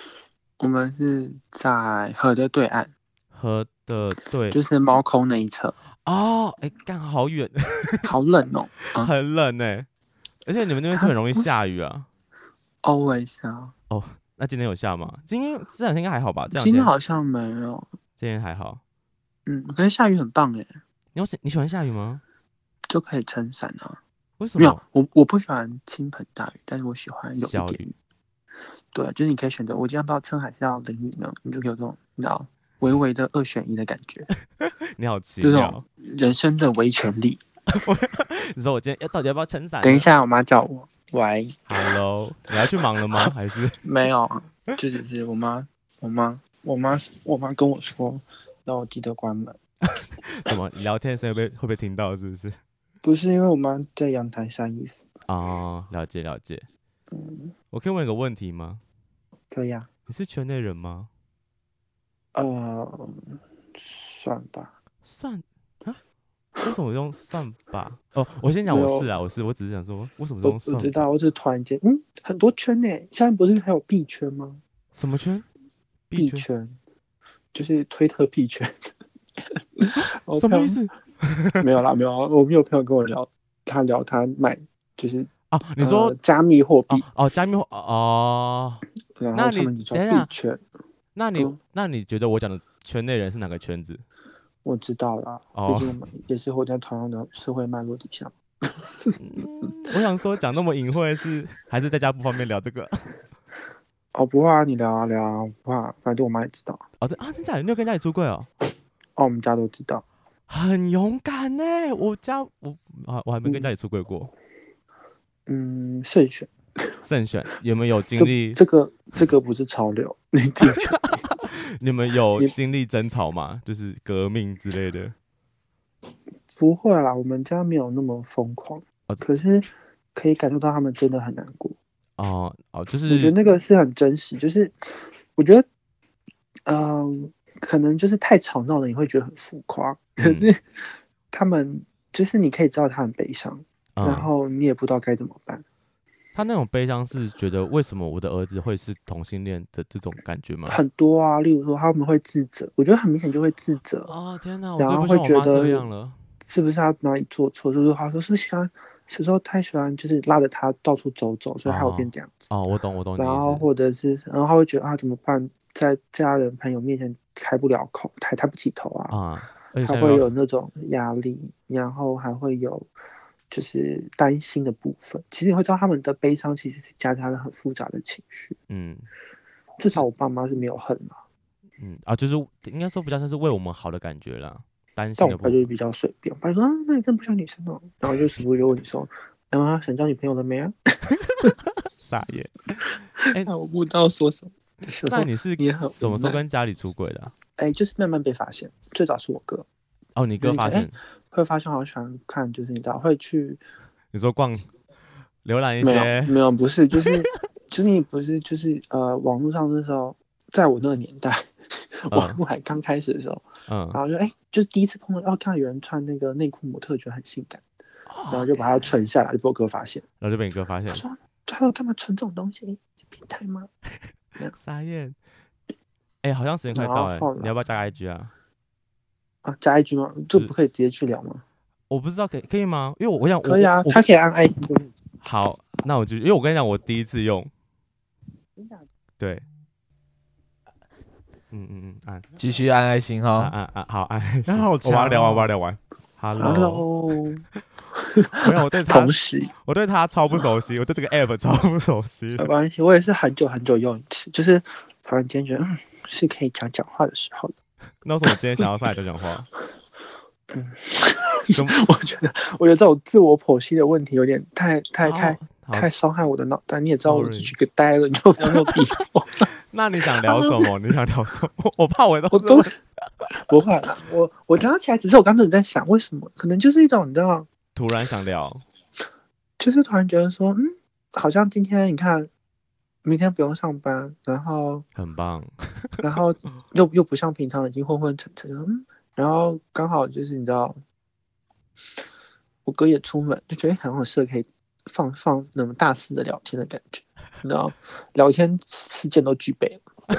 [SPEAKER 5] 我们是在河的对岸，
[SPEAKER 2] 河的对
[SPEAKER 5] 就是猫空那 一侧，
[SPEAKER 2] 哦，哎、干好远，
[SPEAKER 5] 好冷哦啊
[SPEAKER 2] 很冷哎、而且你们那边是不是很容易下雨啊。
[SPEAKER 5] ，always 啊。
[SPEAKER 2] 那今天有下吗？今天这两天应该还好吧？这两
[SPEAKER 5] 今
[SPEAKER 2] 天
[SPEAKER 5] 天好像没有，
[SPEAKER 2] 今天还好。
[SPEAKER 5] 嗯，可是下雨很棒哎，
[SPEAKER 2] 你有喜你喜欢下雨吗？
[SPEAKER 5] 就可以撑伞啊。
[SPEAKER 2] 为什
[SPEAKER 5] 没有
[SPEAKER 2] 么？，
[SPEAKER 5] 我我不喜欢倾盆大雨，但是我喜欢有一
[SPEAKER 2] 小
[SPEAKER 5] 点
[SPEAKER 2] 雨
[SPEAKER 5] 雨。对，啊就是你可以选择，我今天要不要撑还是要淋雨呢？你就有这种你知道微微的二选一的感觉，
[SPEAKER 2] 你好奇
[SPEAKER 5] 就这
[SPEAKER 2] 妙
[SPEAKER 5] 种。人生的维权力。
[SPEAKER 2] 你说我今天要到底要不要撑伞？
[SPEAKER 5] 等一。下，我妈叫我，喂，
[SPEAKER 2] Hello，你要去忙了 吗？还是
[SPEAKER 5] 没有啊，就只是我妈，我妈，我妈，我妈跟我说，让我记得关门。
[SPEAKER 2] 什么聊天的声音会被会被听到？是不是？
[SPEAKER 5] 不是因为我妈在阳台晒衣服，
[SPEAKER 2] 哦，了解了解。
[SPEAKER 5] 嗯，
[SPEAKER 2] 我可以问一个问题吗？
[SPEAKER 5] 可以啊，
[SPEAKER 2] 你是圈内人吗？
[SPEAKER 5] 呃，算吧，
[SPEAKER 2] 算啊？为什么用算吧？哦，我先讲
[SPEAKER 5] 没
[SPEAKER 2] 我
[SPEAKER 5] 有
[SPEAKER 2] 是啊，我是，我只是想说，为什么
[SPEAKER 5] 我
[SPEAKER 2] 用算
[SPEAKER 5] 我
[SPEAKER 2] 吧？
[SPEAKER 5] 知道，我只是突然间，嗯，很多圈呢、现在不是还有币圈吗？
[SPEAKER 2] 什么圈？
[SPEAKER 5] 币
[SPEAKER 2] 圈？
[SPEAKER 5] 圈，就是推特币圈。我
[SPEAKER 2] 什
[SPEAKER 5] 朋
[SPEAKER 2] 么
[SPEAKER 5] 友
[SPEAKER 2] 意思
[SPEAKER 5] 没有啦，没有啦。我们有朋友跟我聊，他聊他买就是
[SPEAKER 2] 啊？你说
[SPEAKER 5] 呃加密货币
[SPEAKER 2] 哦，哦，加密货哦，
[SPEAKER 5] 然
[SPEAKER 2] 那
[SPEAKER 5] 后
[SPEAKER 2] 你
[SPEAKER 5] 他们就叫
[SPEAKER 2] 等一下
[SPEAKER 5] 币圈。
[SPEAKER 2] 那你
[SPEAKER 5] 嗯
[SPEAKER 2] 那你觉得我讲的圈内人是哪个圈子？
[SPEAKER 5] 我知道啦，
[SPEAKER 2] 哦
[SPEAKER 5] 毕竟我们也是活在同样的社会脉络底下。
[SPEAKER 2] 嗯我想说讲那么隐晦是还是在家不方便聊这个？
[SPEAKER 5] 哦，不怕、啊、你聊啊聊啊，不怕、啊，反正我妈也知道。
[SPEAKER 2] 哦，这啊，真假的？你有跟家里出柜哦？
[SPEAKER 5] 哦，我们家都知道。
[SPEAKER 2] 很勇敢呢、我家我啊，我还没跟家里出柜过。
[SPEAKER 5] 嗯，慎选，
[SPEAKER 2] 慎选，你们有经
[SPEAKER 5] 这
[SPEAKER 2] 历？
[SPEAKER 5] 这个这个不是潮流，你自己去。
[SPEAKER 2] 你们有
[SPEAKER 5] 你
[SPEAKER 2] 经历争吵吗？就是革命之类的？
[SPEAKER 5] 不会啦，我们家没有那么疯狂
[SPEAKER 2] 哦，
[SPEAKER 5] 可是可以感受到他们真的很难过。
[SPEAKER 2] 哦哦，就
[SPEAKER 5] 我觉得
[SPEAKER 2] 是
[SPEAKER 5] 那个是很真实，就是我觉得，嗯、可能就是太吵闹了，你会觉得很浮夸。可
[SPEAKER 2] 嗯
[SPEAKER 5] 是他们就是你可以知道他很悲伤，然
[SPEAKER 2] 嗯，
[SPEAKER 5] 后你也不知道该怎么办。
[SPEAKER 2] 他那种悲伤是觉得为什么我的儿子会是同性恋的这种感觉吗？
[SPEAKER 5] 很多啊，例如说他们会自责，我觉得很明显就会自责，
[SPEAKER 2] 哦天哪，我
[SPEAKER 5] 然
[SPEAKER 2] 最
[SPEAKER 5] 后
[SPEAKER 2] 不像
[SPEAKER 5] 会
[SPEAKER 2] 我
[SPEAKER 5] 觉
[SPEAKER 2] 妈这
[SPEAKER 5] 得
[SPEAKER 2] 样了。
[SPEAKER 5] 是不是他哪里做错？就是他说是不是喜欢小时候太喜欢，就是拉着他到处走走，所以他会变这样子。
[SPEAKER 2] 哦，我懂，我懂你
[SPEAKER 5] 然后
[SPEAKER 2] 意思。
[SPEAKER 5] 或者是，然后他会觉得啊怎么办，在家人朋友面前开不了口，抬抬不起头啊，
[SPEAKER 2] 啊，而且
[SPEAKER 5] 还
[SPEAKER 2] 现在
[SPEAKER 5] 会
[SPEAKER 2] 又
[SPEAKER 5] 有那种压力，然后还会有就是担心的部分。其实你会知道他们的悲伤其实是夹杂了很复杂的情绪。
[SPEAKER 2] 嗯
[SPEAKER 5] 至少我爸妈是没有恨嘛，
[SPEAKER 2] 嗯啊，就是应该说比较像是为我们好的感觉啦，担心
[SPEAKER 5] 但
[SPEAKER 2] 的
[SPEAKER 5] 我
[SPEAKER 2] 部
[SPEAKER 5] 爸就是
[SPEAKER 2] 分。
[SPEAKER 5] 比较随便，我爸说啊，那你真的不像女生哦，然后就时不时就问你说，然后啊想交女朋友了没啊？
[SPEAKER 2] 撒野。
[SPEAKER 5] 那 我不知道说什么。
[SPEAKER 2] 那你是
[SPEAKER 5] 也很
[SPEAKER 2] 什么时候
[SPEAKER 5] 无奈
[SPEAKER 2] 跟家里出轨的啊？
[SPEAKER 5] 哎，就是慢慢被发现，最早是我哥
[SPEAKER 2] 哦，你哥
[SPEAKER 5] 你
[SPEAKER 2] 发
[SPEAKER 5] 觉得
[SPEAKER 2] 现，
[SPEAKER 5] 会发现，好喜欢看，就是你知道会去
[SPEAKER 2] 你说逛浏览一
[SPEAKER 5] 没
[SPEAKER 2] 些
[SPEAKER 5] 有没有不是就是就是你不是就是呃网络上那时候，在我那个年代，网络还刚开始的时候，
[SPEAKER 2] 嗯
[SPEAKER 5] 然后就哎就是第一次碰到，哦看到有人穿那个内裤模特，觉得很性感，
[SPEAKER 2] 哦
[SPEAKER 5] 然后就把它存下来，就被我哥发现，
[SPEAKER 2] 然后就被你哥发现
[SPEAKER 5] 他。说他要干嘛存这种东西？变态吗？
[SPEAKER 2] 撒野。哎，好像时间快
[SPEAKER 5] 然
[SPEAKER 2] 到
[SPEAKER 5] 后
[SPEAKER 2] 哎
[SPEAKER 5] 后，来
[SPEAKER 2] 你要不要加个 IG 啊？
[SPEAKER 5] 啊，加 IG 吗？这
[SPEAKER 2] 是
[SPEAKER 5] 不可以直接去聊吗？
[SPEAKER 2] 我不知道可以可以吗？因为我嗯我想我
[SPEAKER 5] 可以啊，
[SPEAKER 2] 我
[SPEAKER 5] 他可以按 IG 的。
[SPEAKER 2] 好，那我就因为我跟你讲，我第一次用，对，嗯嗯嗯，按
[SPEAKER 3] 继续按爱心
[SPEAKER 1] 啊
[SPEAKER 2] 按
[SPEAKER 3] 哈。
[SPEAKER 2] 按按，好按，
[SPEAKER 1] 那好
[SPEAKER 2] 我把它聊完，
[SPEAKER 1] 强哦
[SPEAKER 2] 我把它聊完。Hello，
[SPEAKER 5] Hello，
[SPEAKER 2] 没有，我对他
[SPEAKER 5] 同，时
[SPEAKER 2] 我对他超不熟悉，我对 这个 app 超不熟悉
[SPEAKER 5] 没。关系，我也是很久很久用一次，就是突然间觉得嗯是可以讲讲话的时候了。
[SPEAKER 2] 那为什么我今天想要上来讲讲 话？怎么
[SPEAKER 5] 我觉得，我觉得这种自我剖析的问题有点太太太
[SPEAKER 2] 好
[SPEAKER 5] 太伤害我的脑袋。你也知道我
[SPEAKER 2] Sorry
[SPEAKER 5] 是去个呆了，你知道吗？没有 地方，
[SPEAKER 2] 那你想聊什 么？你想聊什么？我怕我都
[SPEAKER 5] 我 都不会了。我我刚刚起来，只是我刚刚在想，为什么？可能就是一种你知道，
[SPEAKER 2] 突然想聊，
[SPEAKER 5] 就是突然觉得说，嗯，好像今天你看，明天不用上班，然后
[SPEAKER 2] 很棒。
[SPEAKER 5] 然后又又不像平常已经昏昏沉沉，嗯，然后刚好就是你知道，我哥也出门，就觉得哎很好适合可以放放那种大肆的聊天的感觉，你知道，聊天事件都具备了，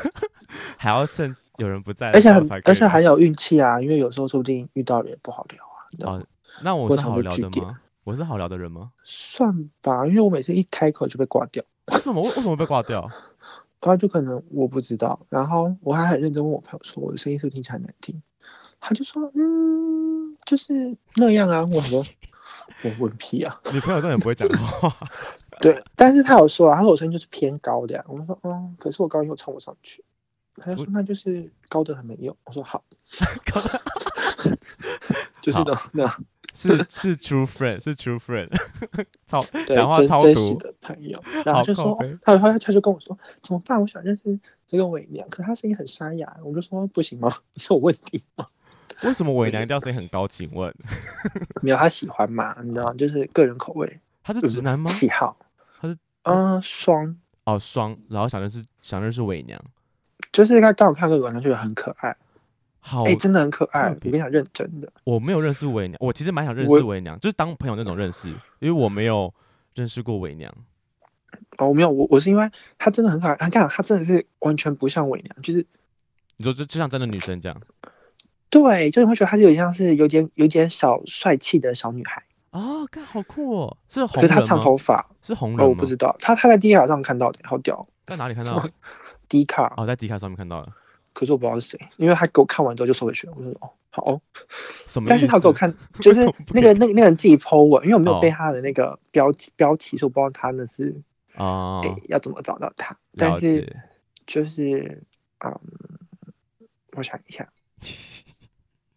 [SPEAKER 2] 还要趁有人不在的
[SPEAKER 5] 而
[SPEAKER 2] 时
[SPEAKER 5] 且
[SPEAKER 2] 候
[SPEAKER 5] 很
[SPEAKER 2] 才可以聊，
[SPEAKER 5] 而且还有运气啊，因为有时候说不定遇到人也不好聊啊，你知道
[SPEAKER 2] 哦，那我
[SPEAKER 5] 过
[SPEAKER 2] 是
[SPEAKER 5] 场
[SPEAKER 2] 好
[SPEAKER 5] 的
[SPEAKER 2] 聊
[SPEAKER 5] 据
[SPEAKER 2] 的
[SPEAKER 5] 点
[SPEAKER 2] 吗？我是好聊的人吗？
[SPEAKER 5] 算吧，因为我每次一开口就被挂掉，
[SPEAKER 2] 为什么为什么被挂掉？
[SPEAKER 5] 然后就可能我不知道，然后我还很认真问我朋友说我的声音是不是听起来很难听，他就说嗯就是那样啊，我说我问屁啊，
[SPEAKER 2] 你朋友真的很不会讲话。
[SPEAKER 5] 对，但是他有说啊，他说我声音就是偏高的、呀，我说哦，可是我高音又唱不上去，他就说那就是高的很没用，我 说好，就是那种那种
[SPEAKER 2] 是是 true friend，是 true friend，超
[SPEAKER 5] 对
[SPEAKER 2] 讲话
[SPEAKER 5] 真
[SPEAKER 2] 超
[SPEAKER 5] 真实
[SPEAKER 2] 毒，
[SPEAKER 5] 的朋 友，然后
[SPEAKER 2] 好
[SPEAKER 5] 就
[SPEAKER 2] 靠
[SPEAKER 5] 说
[SPEAKER 2] 北
[SPEAKER 5] 他他他就跟我说怎么办，我想认识这个伪娘，可是他声音很沙哑，我就说不行吗？ 你是有问题吗？
[SPEAKER 2] 为什么伪娘调声音很高？请问
[SPEAKER 5] 没有，他喜欢嘛，你知道，就是个人口味、
[SPEAKER 2] 他哦是直男吗？
[SPEAKER 5] 喜好。
[SPEAKER 2] 他是
[SPEAKER 5] 嗯、双，
[SPEAKER 2] 哦，双，然后想认识想认识伪娘，
[SPEAKER 5] 就是他刚好看到软糖，觉得很可爱，
[SPEAKER 2] 好
[SPEAKER 5] 哎、，真的很可爱。
[SPEAKER 2] 哦特别
[SPEAKER 5] 我跟你讲，认真的，
[SPEAKER 2] 我没有认识伪娘，我其实蛮想认
[SPEAKER 5] 我
[SPEAKER 2] 识伪娘，就是当朋友那种认识，因为我没有认识过伪娘。
[SPEAKER 5] 哦，我没有，我我是因为他真的很可爱，他看他真的是完全不像伪娘，就是
[SPEAKER 2] 你说就就像真的女生这样
[SPEAKER 5] 对，就是会觉得她有点像是有点有点小帅气的小女孩，
[SPEAKER 2] 哦，看好酷哦，是
[SPEAKER 5] 可
[SPEAKER 2] 红
[SPEAKER 5] 是
[SPEAKER 2] 人
[SPEAKER 5] 她长
[SPEAKER 2] 吗？
[SPEAKER 5] 头发，
[SPEAKER 2] 是红人吗？
[SPEAKER 5] 哦，我不知道，她她在 D 卡上看到的，好屌，
[SPEAKER 2] 在哪里看到的？
[SPEAKER 5] D 卡，
[SPEAKER 2] 哦，在迪卡上面看到了。
[SPEAKER 5] 可是我不知道是谁，因为她给我看完之后就收回去了，我说哦，好哦，
[SPEAKER 2] 什么意思？
[SPEAKER 5] 但是他给我 看，就是那个那个那个人自己 po 文，因为我没
[SPEAKER 2] 哦
[SPEAKER 5] 有被他的那个标题、标题，所以我不知道他那是
[SPEAKER 2] 哦
[SPEAKER 5] 诶、，要怎么找到他。但
[SPEAKER 2] 了
[SPEAKER 5] 是
[SPEAKER 2] 解。
[SPEAKER 5] 就是嗯，我想一下，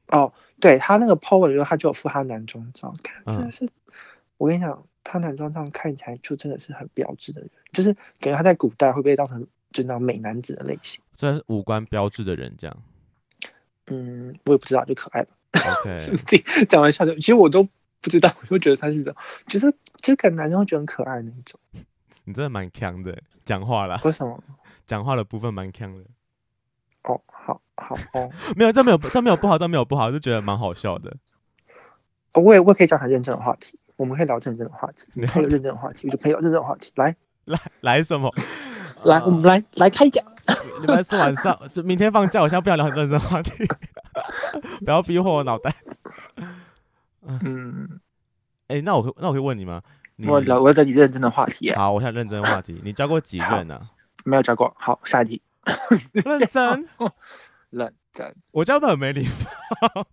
[SPEAKER 5] 哦，对他那个 po 文的时候，他就有附他男装照，看
[SPEAKER 2] 嗯
[SPEAKER 5] 真的是，我跟你讲，他男装照看起来就真的是很标志的人，就是感觉他在古代会被当成就那种美男子的类型。
[SPEAKER 2] 这是五官标志的人这样。
[SPEAKER 5] 嗯，我也不知道，就可爱吧。
[SPEAKER 2] OK，
[SPEAKER 5] 自己讲完笑就，其实我都不知道，我就觉得他是这种，就是就是感觉男生会觉得很可爱的那一种。
[SPEAKER 2] 你真的蛮强的，讲话啦，
[SPEAKER 5] 为什么？
[SPEAKER 2] 讲话的部分蛮强的。
[SPEAKER 5] 哦，好好哦，
[SPEAKER 2] 没有，这没有，这没有不好，这没有不好，就觉得蛮好笑的。
[SPEAKER 5] 哦我也我也可以讲很认真的话题，我们可以聊认真的话题，
[SPEAKER 2] 你啊
[SPEAKER 5] 你可以聊认真的话题，我就可以聊认真的话题。来
[SPEAKER 2] 来来什么？
[SPEAKER 5] 来，我们来来开讲。
[SPEAKER 2] 礼拜四晚上，就明天放假，我现在不想聊很认真的话题， 不要逼迫我脑袋。
[SPEAKER 5] 嗯，
[SPEAKER 2] 哎、那我可那我可以问你吗？你
[SPEAKER 5] 我聊我在你认真的话题耶，
[SPEAKER 2] 好，我想认真的话题，你交过几任 啊？
[SPEAKER 5] 没有教过。好，下一题，
[SPEAKER 2] 认真，
[SPEAKER 5] 认真。
[SPEAKER 2] 我交的很没礼貌。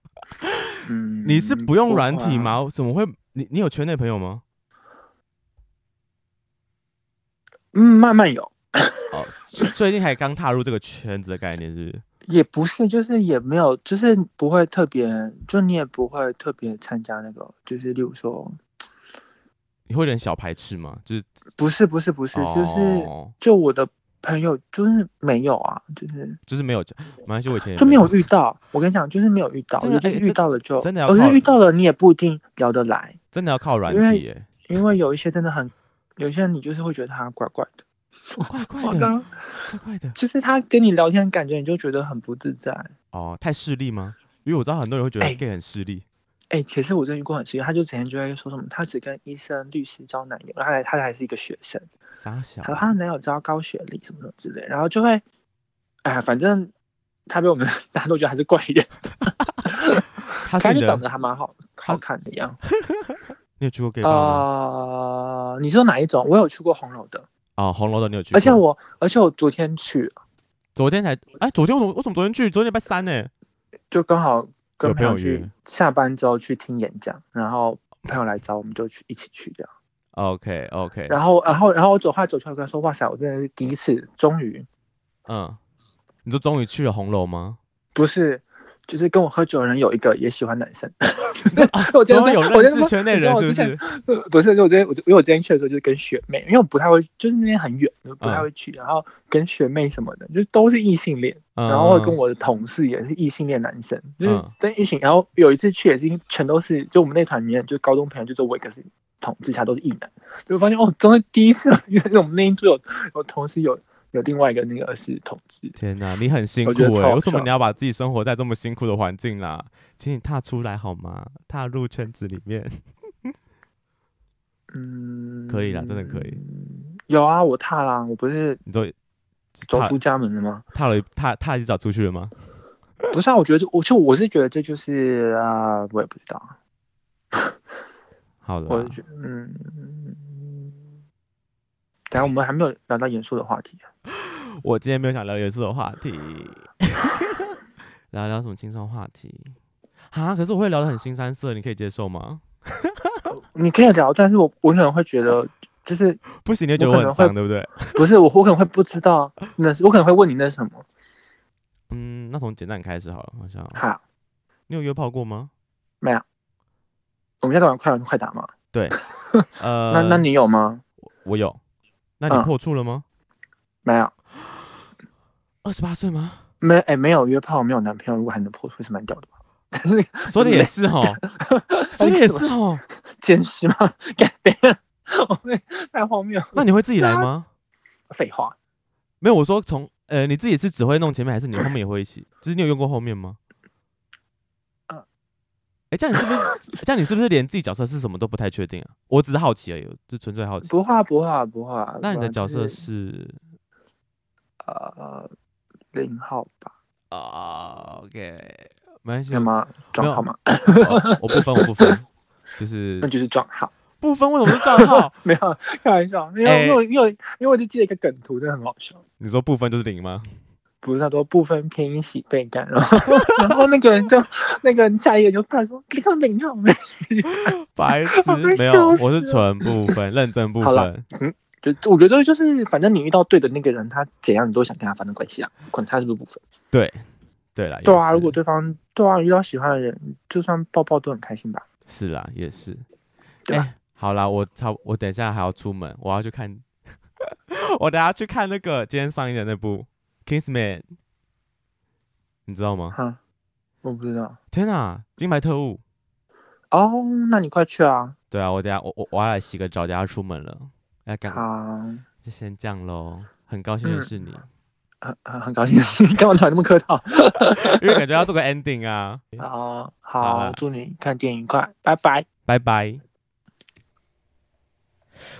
[SPEAKER 5] 嗯，
[SPEAKER 2] 你是不用软
[SPEAKER 5] 会
[SPEAKER 2] 体
[SPEAKER 5] 啊？
[SPEAKER 2] 吗？怎么会？你你有圈内朋友吗？
[SPEAKER 5] 嗯，慢慢有，
[SPEAKER 2] 哦，是最近还刚踏入这个圈子的概念是不是？
[SPEAKER 5] 也不是，就是也没有，就是不会特别，就你也不会特别参加那个，就是例如说，
[SPEAKER 2] 你会有点小排斥吗？就是
[SPEAKER 5] 不是不是不是，就是
[SPEAKER 2] 哦、
[SPEAKER 5] 就我的朋友就是没有啊，就是
[SPEAKER 2] 就是没有交，没关系，我以前也
[SPEAKER 5] 就没有遇到。我跟你讲，就是没有遇到，
[SPEAKER 2] 真的
[SPEAKER 5] 就是
[SPEAKER 2] 哎
[SPEAKER 5] 遇
[SPEAKER 2] 这
[SPEAKER 5] 到了就，
[SPEAKER 2] 真的要
[SPEAKER 5] 可
[SPEAKER 2] 靠
[SPEAKER 5] 是遇到了你也不一定聊得来，
[SPEAKER 2] 真的要靠软
[SPEAKER 5] 因为
[SPEAKER 2] 体耶、
[SPEAKER 5] 因为有一些真的很，有些人你就是会觉得他怪怪的，
[SPEAKER 2] 快快
[SPEAKER 5] 好
[SPEAKER 2] 的，
[SPEAKER 5] 的，
[SPEAKER 2] 快快的
[SPEAKER 5] 就是他跟你聊天感觉你就觉得很不自在。
[SPEAKER 2] 哦，太势利吗？因为我知道很多人会觉得
[SPEAKER 5] 哎
[SPEAKER 2] gay 很势利，
[SPEAKER 5] 哎、其实我真的遇过很奇怪，他就之前就在说什么，他只跟医生、律师交男友，他还他还是一个学生，
[SPEAKER 2] 傻小
[SPEAKER 5] 还，有她的男友招高学历什么什么之类，然后就会，哎，反正他被我们 大家都觉得还是怪人，
[SPEAKER 2] 他
[SPEAKER 5] 他
[SPEAKER 2] 是
[SPEAKER 5] 就
[SPEAKER 2] 你
[SPEAKER 5] 长
[SPEAKER 2] 的，
[SPEAKER 5] 得还蛮好好看的样子。
[SPEAKER 2] 你有去过 gay 吧吗？
[SPEAKER 5] 呃，你说哪一种？我有去过红楼的，
[SPEAKER 2] 哦，红楼的你有去过？
[SPEAKER 5] 而且我而且我昨天去，
[SPEAKER 2] 昨天才，哎，昨天我怎么我怎么昨天去？昨天礼拜三呢、
[SPEAKER 5] 就刚好跟
[SPEAKER 2] 有
[SPEAKER 5] 朋
[SPEAKER 2] 朋
[SPEAKER 5] 友
[SPEAKER 2] 友
[SPEAKER 5] 去
[SPEAKER 2] 约
[SPEAKER 5] 下班之后去听演讲，然后朋友来找我们就去一起去这样。
[SPEAKER 2] OK OK，
[SPEAKER 5] 然后然后然后我走后来走出来，我跟他说：“哇塞，我真的是第一次，终于
[SPEAKER 2] 嗯，你就终于去了红楼吗？
[SPEAKER 5] 不是。”就是跟我喝酒的人有一个也喜欢男生， 我真
[SPEAKER 2] 终
[SPEAKER 5] 的
[SPEAKER 2] 于有
[SPEAKER 5] 我
[SPEAKER 2] 认
[SPEAKER 5] 真的
[SPEAKER 2] 识圈内
[SPEAKER 5] 你知
[SPEAKER 2] 人
[SPEAKER 5] 道我
[SPEAKER 2] 是不
[SPEAKER 5] 之前
[SPEAKER 2] 是？
[SPEAKER 5] 呃，不是，就我之前我因为我之前去的时候就是跟学妹，因为我不太会，就是那边很远，我不
[SPEAKER 2] 嗯
[SPEAKER 5] 太会去，然后跟学妹什么的，就是都是异性恋，
[SPEAKER 2] 嗯
[SPEAKER 5] 然后跟我的同事也是异性恋男生，就是
[SPEAKER 2] 嗯
[SPEAKER 5] 跟一群，然后有一次去也是全都是，就我们那团里面就高中朋友，就只有我一个是同志，其他都是异男，就发现哦，终于第一次， 因为我们那一组有有同事有有另外一个那个是同志，
[SPEAKER 2] 天哪，你很辛
[SPEAKER 5] 我
[SPEAKER 2] 苦
[SPEAKER 5] 觉得
[SPEAKER 2] 哎、
[SPEAKER 5] 超好
[SPEAKER 2] 为什么
[SPEAKER 5] 笑
[SPEAKER 2] 你要把自己生活在这么辛苦的环境啦？请你踏出来好吗？踏入圈子里面，
[SPEAKER 5] 嗯，
[SPEAKER 2] 可以啦真的可以，
[SPEAKER 5] 有啊，我踏啦，我不是
[SPEAKER 2] 你都
[SPEAKER 5] 走
[SPEAKER 2] 踏
[SPEAKER 5] 出家门了吗？
[SPEAKER 2] 踏了一踏踏一脚出去了吗？
[SPEAKER 5] 不是啊，我觉得我就我是觉得这就是啊、我也不知道，
[SPEAKER 2] 好了，
[SPEAKER 5] 我是觉得嗯，等下我们还没有聊到严肃的话题，
[SPEAKER 2] 我今天没有想聊严肃的话 题，聊聊什么轻松话题啊？可是我会聊得很新三色，你可以接受吗？
[SPEAKER 5] 你可以聊，但是我我可能会觉得就是
[SPEAKER 2] 不行，你会觉得
[SPEAKER 5] 我可
[SPEAKER 2] 很
[SPEAKER 5] 能会
[SPEAKER 2] 脏，对不对？
[SPEAKER 5] 不是我我可能会不知道那是我可能会问你那是什么
[SPEAKER 2] 嗯，那从简单开始好了。我想，
[SPEAKER 5] 哈，
[SPEAKER 2] 你有约炮过吗？
[SPEAKER 5] 没有，我们现在玩快问快答嘛，
[SPEAKER 2] 对，呃，
[SPEAKER 5] 那那你有吗？
[SPEAKER 2] 我有，那你
[SPEAKER 5] 嗯
[SPEAKER 2] 破处了吗？
[SPEAKER 5] 没有，
[SPEAKER 2] 二十八岁吗？
[SPEAKER 5] 没哎、没有约炮，没有男朋友，如果还能破处是蛮屌的吧？但是
[SPEAKER 2] 说的也是哦，说的也是哦。
[SPEAKER 5] 坚持吗？干等一下我会太荒谬了，
[SPEAKER 2] 那你会自己来吗？
[SPEAKER 5] 废话，
[SPEAKER 2] 啊没有，我说从呃，你自己是只会弄前面，还是你后面也会一起？就是你有用过后面吗？
[SPEAKER 5] 呃
[SPEAKER 2] 哎，这样你是不 是这样你是不是连自己角色是什么都不太确定啊？我只是好奇而已，就纯粹好奇。
[SPEAKER 5] 不画不画不画。
[SPEAKER 2] 那你的
[SPEAKER 5] 不画
[SPEAKER 2] 角色
[SPEAKER 5] 就是
[SPEAKER 2] 是
[SPEAKER 5] 呃零号吧？
[SPEAKER 2] 啊？OK，没关系，
[SPEAKER 5] 那么
[SPEAKER 2] 没
[SPEAKER 5] 撞
[SPEAKER 2] 有
[SPEAKER 5] 号吗？
[SPEAKER 2] 哦我不分，我不分，就是
[SPEAKER 5] 那就是撞号，
[SPEAKER 2] 不分，为什么是账号？
[SPEAKER 5] 没有开玩笑，因
[SPEAKER 2] 哎
[SPEAKER 5] 为因为因为因为我就记得一个梗图，真的很好笑。
[SPEAKER 2] 你说不分就是零吗？
[SPEAKER 5] 不是他说不分偏阴喜被干，然后 然后那个人就那个下一个就突然说你看零号没？
[SPEAKER 2] 白痴
[SPEAKER 5] 我快，
[SPEAKER 2] 没
[SPEAKER 5] 笑
[SPEAKER 2] 有，
[SPEAKER 5] 死
[SPEAKER 2] 我是纯部分，认真部
[SPEAKER 5] 好了
[SPEAKER 2] 分。
[SPEAKER 5] 就我觉得就是反正你遇到对的那个人，他怎样你都想跟他发生关系啊，管他是不是不分。
[SPEAKER 2] 对，对啦，也
[SPEAKER 5] 对啊，
[SPEAKER 2] 是
[SPEAKER 5] 如果对方对啊遇到喜欢的人，就算抱抱都很开心吧。
[SPEAKER 2] 是啦，也是。
[SPEAKER 5] 对吧
[SPEAKER 2] 哎好啦，我差不我等一下还要出门，我要去看， 我等下去看那个今天上映的那部《Kingsman》，你知道吗？
[SPEAKER 5] 哈，我不知道。
[SPEAKER 2] 天哪，金牌特务！
[SPEAKER 5] 哦，那你快去啊！
[SPEAKER 2] 对啊，我等下我我我要来洗个澡，等下出门了。要赶，
[SPEAKER 5] 好，
[SPEAKER 2] 就先这样喽。很高兴认识你，
[SPEAKER 5] 很很很高兴， 你干嘛突然那么客套？
[SPEAKER 2] 因为感觉要做个 ending 啊。
[SPEAKER 5] 好啊
[SPEAKER 2] 好啦
[SPEAKER 5] 好，祝你看电影愉快，拜拜。
[SPEAKER 2] 拜拜。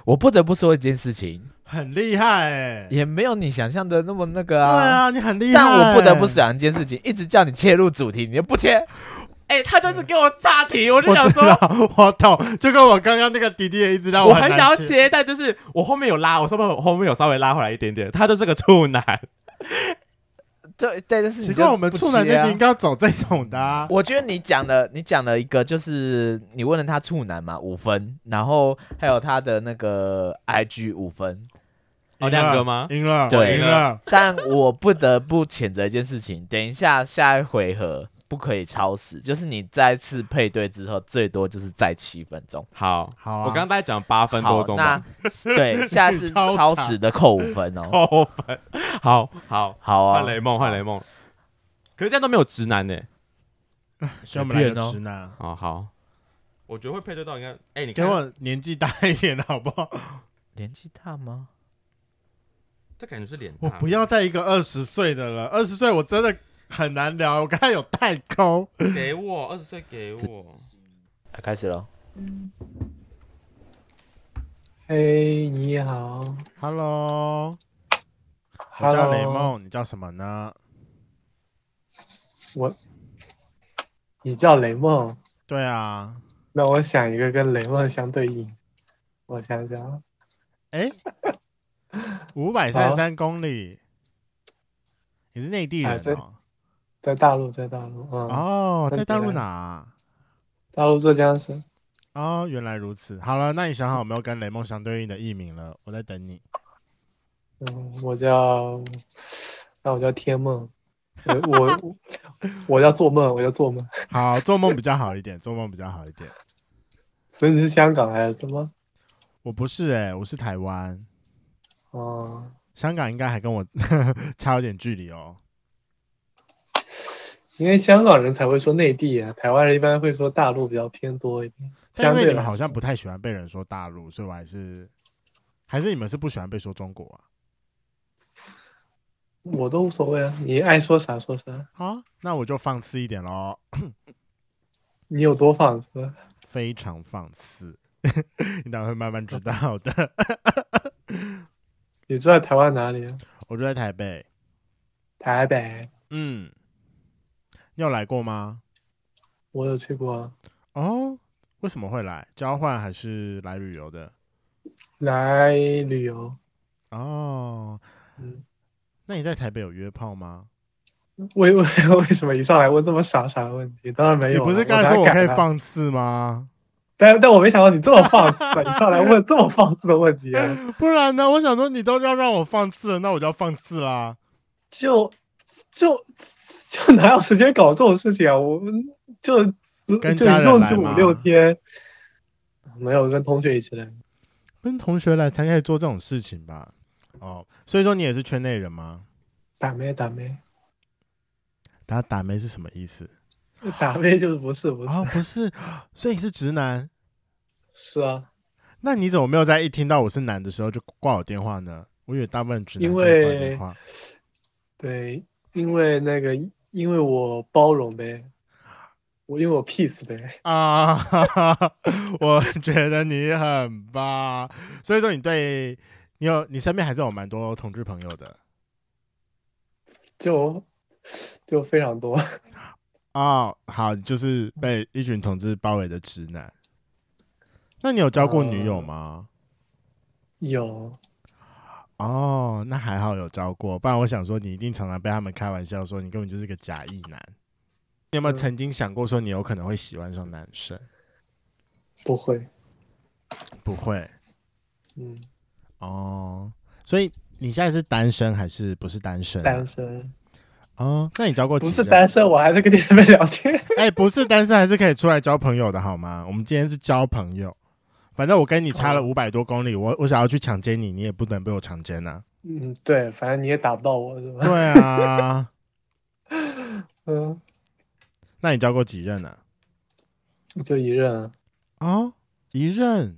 [SPEAKER 3] 我不得不说一件事情，
[SPEAKER 1] 很厉害哎、
[SPEAKER 3] 也没有你想象的那么那个
[SPEAKER 1] 对
[SPEAKER 3] 啊。
[SPEAKER 1] 啊，你很厉害、
[SPEAKER 3] 但我不
[SPEAKER 1] 嗯
[SPEAKER 3] 得不，讲一件事情，一直叫你切入主题，你又不切。哎、他就是给我岔题，我就
[SPEAKER 1] 我
[SPEAKER 3] 想
[SPEAKER 1] 知
[SPEAKER 3] 说，
[SPEAKER 1] 道，我懂，就跟我刚刚那个弟弟也一直让
[SPEAKER 2] 我
[SPEAKER 1] 哦很
[SPEAKER 2] 很
[SPEAKER 1] 难
[SPEAKER 2] 想要
[SPEAKER 1] 接
[SPEAKER 2] 接，但就是我后面有拉，我上面有后面有稍微拉回来一点点。他就是个处男，
[SPEAKER 3] 对对，但是
[SPEAKER 1] 奇
[SPEAKER 3] 你
[SPEAKER 1] 怪，
[SPEAKER 3] 就
[SPEAKER 1] 我们
[SPEAKER 3] 不
[SPEAKER 1] 处男
[SPEAKER 3] 切
[SPEAKER 1] 那
[SPEAKER 3] 啊
[SPEAKER 1] 集应该要走这种的、啊。
[SPEAKER 3] 我觉得你讲的，你讲了一个，就是你问了他处男嘛，五分，然后还有他的那个 IG 五分，
[SPEAKER 1] 赢
[SPEAKER 2] 哦，
[SPEAKER 1] 了
[SPEAKER 2] 亮哥吗？
[SPEAKER 1] 赢了，
[SPEAKER 3] 对
[SPEAKER 1] 我赢了。
[SPEAKER 3] 但我不得不谴责一件事情，等一下下一回合不可以超时，就是你再次配对之后，最多就是再七分钟。
[SPEAKER 2] 好，
[SPEAKER 1] 好啊
[SPEAKER 2] 我刚 刚大概讲八分多
[SPEAKER 3] 好，
[SPEAKER 2] 钟
[SPEAKER 3] 那
[SPEAKER 2] 吧，
[SPEAKER 3] 对，下次
[SPEAKER 1] 超
[SPEAKER 3] 超
[SPEAKER 1] 长
[SPEAKER 3] 时的扣五分 哦。
[SPEAKER 2] 扣分。好好，
[SPEAKER 3] 好啊
[SPEAKER 2] 换，雷梦，换雷梦。可是这样都没有直男呢。
[SPEAKER 1] 所以我们来
[SPEAKER 3] 随便
[SPEAKER 1] 个
[SPEAKER 3] 哦
[SPEAKER 1] 直男，
[SPEAKER 2] 哦，好，我觉得会配对到应该，哎，你
[SPEAKER 1] 给
[SPEAKER 2] 看
[SPEAKER 1] 我年纪大一点的好不 好？
[SPEAKER 3] 年纪大吗？
[SPEAKER 2] 这感觉是脸大，
[SPEAKER 1] 我不要再一个二十岁的了，二十岁我真的很难聊。我刚才有代沟，
[SPEAKER 2] 给我二十岁给我。
[SPEAKER 3] 啊开始了。
[SPEAKER 6] 嘿，你好
[SPEAKER 1] Hello，我
[SPEAKER 6] ，Hello，
[SPEAKER 1] 叫雷，梦，你叫什么呢？
[SPEAKER 6] 你叫雷梦，
[SPEAKER 1] 对啊，
[SPEAKER 6] 那我想一个跟雷梦相对应，我想想，
[SPEAKER 1] 哎， 五百三十三公里，你是内地人
[SPEAKER 6] 哎在
[SPEAKER 1] 哦？
[SPEAKER 6] 在大陆，在大陆，嗯，
[SPEAKER 1] 哦，
[SPEAKER 6] 在
[SPEAKER 1] 在大陆
[SPEAKER 6] 别人
[SPEAKER 1] 哪啊？
[SPEAKER 6] 大陆浙江省，
[SPEAKER 1] 哦，原来如此。好了，那你想好有没有跟雷梦相对应的艺名了？我在等你。
[SPEAKER 6] 嗯，我叫，那我叫天梦，我我我我叫做梦，我叫做梦，
[SPEAKER 1] 好，做梦比较好一点，做梦比较好一点。
[SPEAKER 6] 所以你是香港还是什么？
[SPEAKER 1] 我不是哎、我是台湾，
[SPEAKER 6] 哦、
[SPEAKER 1] 香港应该还跟我 差有点距离哦。
[SPEAKER 6] 因为香港人才会说内地啊，台湾人一般会说大陆比较偏多一点，
[SPEAKER 1] 但因
[SPEAKER 6] 相
[SPEAKER 1] 为
[SPEAKER 6] 对
[SPEAKER 1] 你们
[SPEAKER 6] 来
[SPEAKER 1] 好
[SPEAKER 6] 说
[SPEAKER 1] 像不太喜欢被人说大陆，所以我还是还是你们是不喜欢被说中国啊
[SPEAKER 6] 我都无所谓啊，你爱说啥说啥，
[SPEAKER 1] 啊？好，那我就放肆一点喽，
[SPEAKER 6] 你有多放肆？啊
[SPEAKER 1] 非常放肆， 你等会慢慢知道的。
[SPEAKER 6] 你住在台湾哪里啊？
[SPEAKER 1] 我住在台北，
[SPEAKER 6] 台北，
[SPEAKER 1] 嗯，你有来过吗？
[SPEAKER 6] 我有去过啊。
[SPEAKER 1] 哦，为什么会来？交换还是来旅游的？
[SPEAKER 6] 来旅游，
[SPEAKER 1] 哦，
[SPEAKER 6] 嗯
[SPEAKER 1] 那你在台北有约炮吗？
[SPEAKER 6] 为 为为什么一上来问这么傻傻的问题？当然没
[SPEAKER 1] 你
[SPEAKER 6] 有啊，
[SPEAKER 1] 不是刚
[SPEAKER 6] 刚
[SPEAKER 1] 才说我可以
[SPEAKER 6] 放，
[SPEAKER 1] 放肆吗？
[SPEAKER 6] 但但我没想到你这么放肆啊， 一上来问这么放肆的问题啊，
[SPEAKER 1] 不然呢？我想说你都要让我放肆了，那我就要放肆啦。
[SPEAKER 6] 就就就哪有时间搞这种事情啊？我就
[SPEAKER 1] 跟
[SPEAKER 6] 就
[SPEAKER 1] 家
[SPEAKER 6] 一
[SPEAKER 1] 人
[SPEAKER 6] 共
[SPEAKER 1] 来
[SPEAKER 6] 去五
[SPEAKER 1] 吗
[SPEAKER 6] 六天，没有跟同学一起来，
[SPEAKER 1] 跟同学来才可以做这种事情吧？哦，所以说你也是圈内人吗？
[SPEAKER 6] 打咩打咩
[SPEAKER 1] 打打妹是什么意思？
[SPEAKER 6] 打咩就是不是不是、
[SPEAKER 1] 哦，不 是，所以你是直男？
[SPEAKER 6] 是啊，
[SPEAKER 1] 那你怎么没有在一听到我是男的时候就挂我电话呢？我以为大部分直男
[SPEAKER 6] 因
[SPEAKER 1] 都会挂
[SPEAKER 6] 为
[SPEAKER 1] 电话。
[SPEAKER 6] 对，因为那个因为我包容呗，我因为我 peace 呗。
[SPEAKER 1] 啊，哈哈哈我觉得你很棒，所以说你对你有你身边还是有蛮多同志朋友的
[SPEAKER 6] 就就非常多，
[SPEAKER 1] 哦。好，你就是被一群同志包围的直男。那你有交过女友吗？
[SPEAKER 6] 有
[SPEAKER 1] 哦，那还好有交过，不然我想说你一定常常被他们开玩笑说你根本就是个假意男。你有没有
[SPEAKER 6] 嗯
[SPEAKER 1] 曾经想过说你有可能会喜欢上男生？
[SPEAKER 6] 不会，
[SPEAKER 1] 不会
[SPEAKER 6] 嗯，
[SPEAKER 1] 哦，所以你现在是单身还是不是单身啊、
[SPEAKER 6] 单身，
[SPEAKER 1] 哦，那你交过几
[SPEAKER 6] 不
[SPEAKER 1] 任？
[SPEAKER 6] 是单身，我还是跟你这边聊天。
[SPEAKER 1] 哎、不是单身还是可以出来交朋友的好吗？我们今天是交朋友，反正我跟你差了五百多公里，我我想要去强奸你，你也不能被我强奸啊。
[SPEAKER 6] 嗯，对，反正你也打不到我，是吧？
[SPEAKER 1] 对啊，
[SPEAKER 6] 嗯，
[SPEAKER 1] 那你交过几任啊？
[SPEAKER 6] 就一任啊。
[SPEAKER 1] 哦，一任。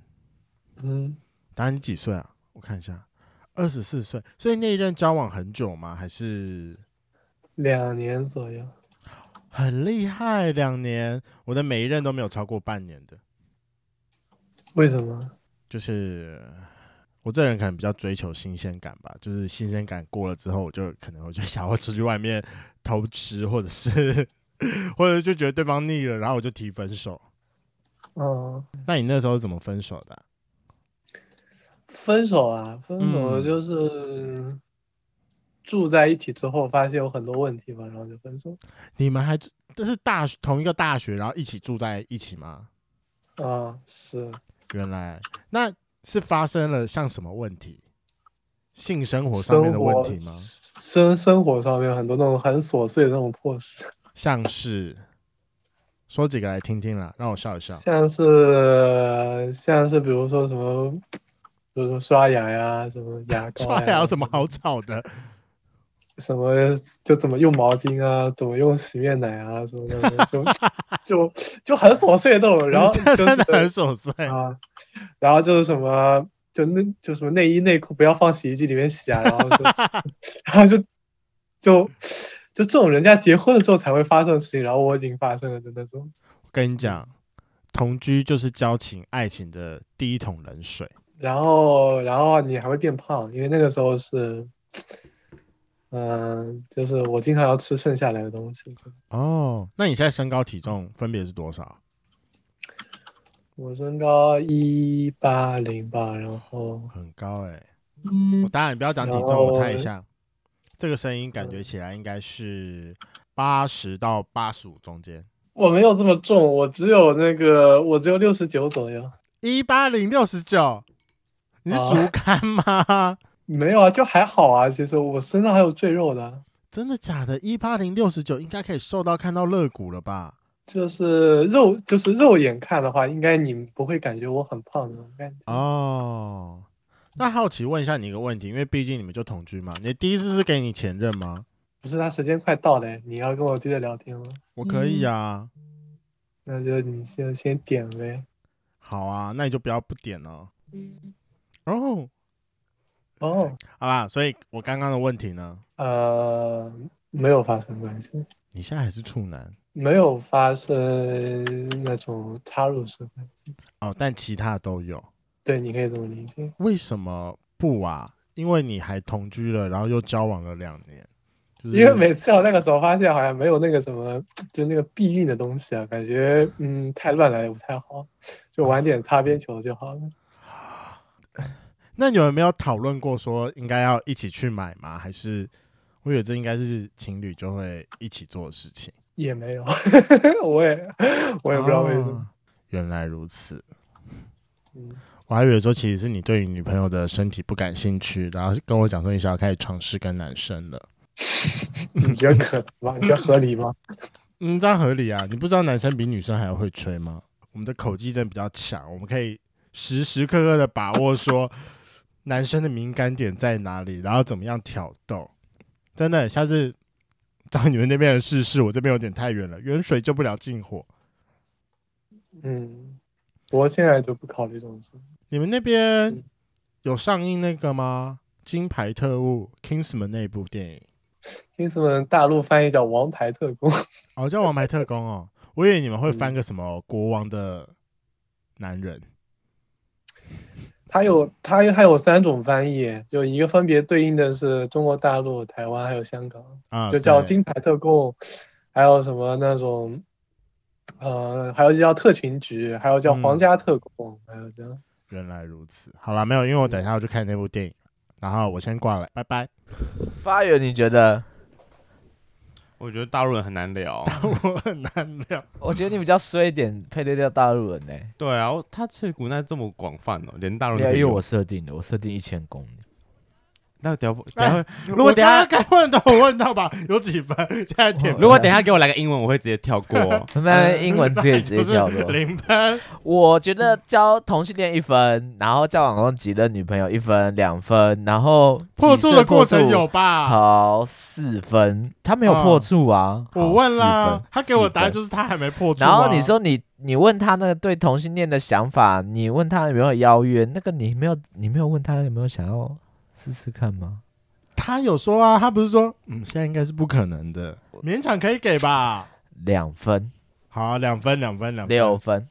[SPEAKER 6] 嗯，
[SPEAKER 1] 达你几岁啊？我看一下，二十四岁。所以那一任交往很久吗？还是
[SPEAKER 6] 两年左右。
[SPEAKER 1] 很厉害？两年，我的每一任都没有超过半年的。
[SPEAKER 6] 为什么？
[SPEAKER 1] 就是我这人可能比较追求新鲜感吧，就是新鲜感过了之后，我就可能我就 想要出去外面偷吃，或者是或者就觉得对方腻了，然后我就提分手。
[SPEAKER 6] 嗯，
[SPEAKER 1] 那你那时候怎么分手的啊、
[SPEAKER 6] 分手啊，分手
[SPEAKER 1] 嗯
[SPEAKER 6] 就是住在一起之后，发现有很多问题嘛，然后就分手。
[SPEAKER 1] 你们还这是大学同一个大学，然后一起住在一起吗？
[SPEAKER 6] 啊，是
[SPEAKER 1] 原来那是发生了像什么问题？性生活上面的问题吗？
[SPEAKER 6] 生生活上面很多那种很琐碎的那种破事，
[SPEAKER 1] 像是说几个来听听啦，让我笑一笑。
[SPEAKER 6] 像是像是比如说什么，比如说刷牙呀，什么 牙 膏啊
[SPEAKER 1] 刷
[SPEAKER 6] 呀
[SPEAKER 1] 牙有什么好吵的？
[SPEAKER 6] 什么就怎么用毛巾啊，怎么用洗面奶啊，什么的， 就就就很琐碎的那 种。然后
[SPEAKER 1] 这
[SPEAKER 6] 就
[SPEAKER 1] 真的很
[SPEAKER 6] 是
[SPEAKER 1] 琐碎。
[SPEAKER 6] 啊，然后就是什么，就那就什么内衣内裤不要放洗衣机里面洗啊，然后 就然后就就就这种人家结婚了之后才会发生的事情，然后我已经发生了的那种。
[SPEAKER 1] 我跟你讲，同居就是交情、爱情的第一桶冷水。
[SPEAKER 6] 然后然后你还会变胖，因为那个时候是。嗯，就是我经常要吃剩下来的东西。
[SPEAKER 1] 哦，那你现在身高体重分别是多少？
[SPEAKER 6] 我身高一八零吧，然后
[SPEAKER 1] 很高哎、
[SPEAKER 6] 欸
[SPEAKER 1] 我当然不要讲体重，
[SPEAKER 6] 然后
[SPEAKER 1] 我猜一下，这个声音感觉起来应该是八十到八十五中间。
[SPEAKER 6] 我没有这么重，我只有那个，我只有六十九左右。
[SPEAKER 1] 一八零六十九，你是
[SPEAKER 6] 哦
[SPEAKER 1] 竹竿吗？
[SPEAKER 6] 没有啊，就还好啊。其实我身上还有赘肉的，
[SPEAKER 1] 真的假的？一八零六十九应该可以瘦到看到肋骨了吧？
[SPEAKER 6] 就是肉，就是肉眼看的话，应该你们不会感觉我很胖的那种感觉。
[SPEAKER 1] 啊哦，那好奇问一下你一个问题，因为毕竟你们就同居嘛，你第一次是给你前任吗？
[SPEAKER 6] 不是，他时间快到了，你要跟我接着聊天吗？
[SPEAKER 1] 我可
[SPEAKER 6] 嗯
[SPEAKER 1] 以啊，
[SPEAKER 6] 那就你先先点呗。
[SPEAKER 1] 好啊，那你就不要不点哦。
[SPEAKER 6] 嗯
[SPEAKER 1] 哦，
[SPEAKER 6] 哦，
[SPEAKER 1] 好啦，所以我刚刚的问题呢，
[SPEAKER 6] 呃，没有发生关系，
[SPEAKER 1] 你现在还是处男
[SPEAKER 6] 没有发生那种插入式关系。
[SPEAKER 1] 哦，但其他都有，
[SPEAKER 6] 对，你可以这么理解。
[SPEAKER 1] 为什么不啊？因为你还同居了，然后又交往了两年，就是
[SPEAKER 6] 因为每次我那个时候发现好像没有那个什么，就那个避孕的东西啊，感觉嗯太乱来也不太好，就玩点擦边球就好了。
[SPEAKER 1] 那你们有没有讨论过说应该要一起去买吗？还是我以为这应该是情侣就会一起做的事情？
[SPEAKER 6] 也没有， 我也我也不知道为什么。
[SPEAKER 1] 哦原来如此，
[SPEAKER 6] 嗯，
[SPEAKER 1] 我还以为说其实是你对于女朋友的身体不感兴趣，然后跟我讲说你想要开始尝试跟男生了。
[SPEAKER 6] 你觉得可能吗？你觉得合理吗？
[SPEAKER 1] 嗯，这样合理啊？你不知道男生比女生还要会吹吗？我们的口技真的比较强，我们可以时时刻刻的把握说男生的敏感点在哪里，然后怎么样挑逗。真的，下次找你们那边的试试，我这边有点太远了，远水救不了近火。
[SPEAKER 6] 嗯，我现在就不考虑这种事。
[SPEAKER 1] 你们那边有上映那个吗？《金牌特务》Kingsman 那部电影？
[SPEAKER 6] 听什么大陆翻译叫《王牌特工》
[SPEAKER 1] 哦，叫《王牌特工》哦，我以为你们会翻个什么国王的男人。
[SPEAKER 6] 它有它还有三种翻译，就一个分别对应的是中国大陆、台湾还有香港。
[SPEAKER 1] 啊，
[SPEAKER 6] 就叫
[SPEAKER 1] 对
[SPEAKER 6] 金牌特供，还有什么那种，呃，还有就叫特勤局，还有叫
[SPEAKER 1] 嗯
[SPEAKER 6] 皇家特供，还有叫
[SPEAKER 1] 原来如此，好啦，没有，因为我等一下要去看那部电影，然后我先挂了，拜拜。
[SPEAKER 3] 发源，你觉得？
[SPEAKER 2] 我觉得大陆人很难聊。
[SPEAKER 1] 我很难聊，
[SPEAKER 3] 我觉得你比较衰一点，配对掉大陆人呢、
[SPEAKER 2] 对啊，我他脆骨那这么广泛哦，连大陆
[SPEAKER 1] 啊
[SPEAKER 3] 因
[SPEAKER 2] 人都
[SPEAKER 3] 为
[SPEAKER 2] 有
[SPEAKER 3] 我设定的，我设定一千公里，
[SPEAKER 2] 那等下 不等下会，如果
[SPEAKER 1] 哎我
[SPEAKER 2] 等下
[SPEAKER 1] 刚刚该问的我问到吧，有几分？现在点
[SPEAKER 2] 如果等一下给我来个英文，我会直接 跳过。
[SPEAKER 3] 那英文字也直接跳过。
[SPEAKER 1] 零分，
[SPEAKER 3] 我觉得交同性恋一分，然后交往中急的女朋友一分两分，然后
[SPEAKER 1] 破
[SPEAKER 3] 处
[SPEAKER 1] 处的过程有吧？
[SPEAKER 3] 好四分，他没有破处啊。好
[SPEAKER 1] 我问
[SPEAKER 3] 四
[SPEAKER 1] 啦
[SPEAKER 3] 分，
[SPEAKER 1] 他给我答案
[SPEAKER 3] 四分
[SPEAKER 1] 就是他还没破处啊。
[SPEAKER 3] 然后你说你你问他那个对同性恋的想法，你问他有没有邀约，那个你没有你没有问他有没有想要试试看吗？
[SPEAKER 1] 他有说啊，他不是说嗯，现在应该是不可能的，勉强可以给吧？
[SPEAKER 3] 两分
[SPEAKER 1] 好啊，两分，两分，两分
[SPEAKER 3] 六分，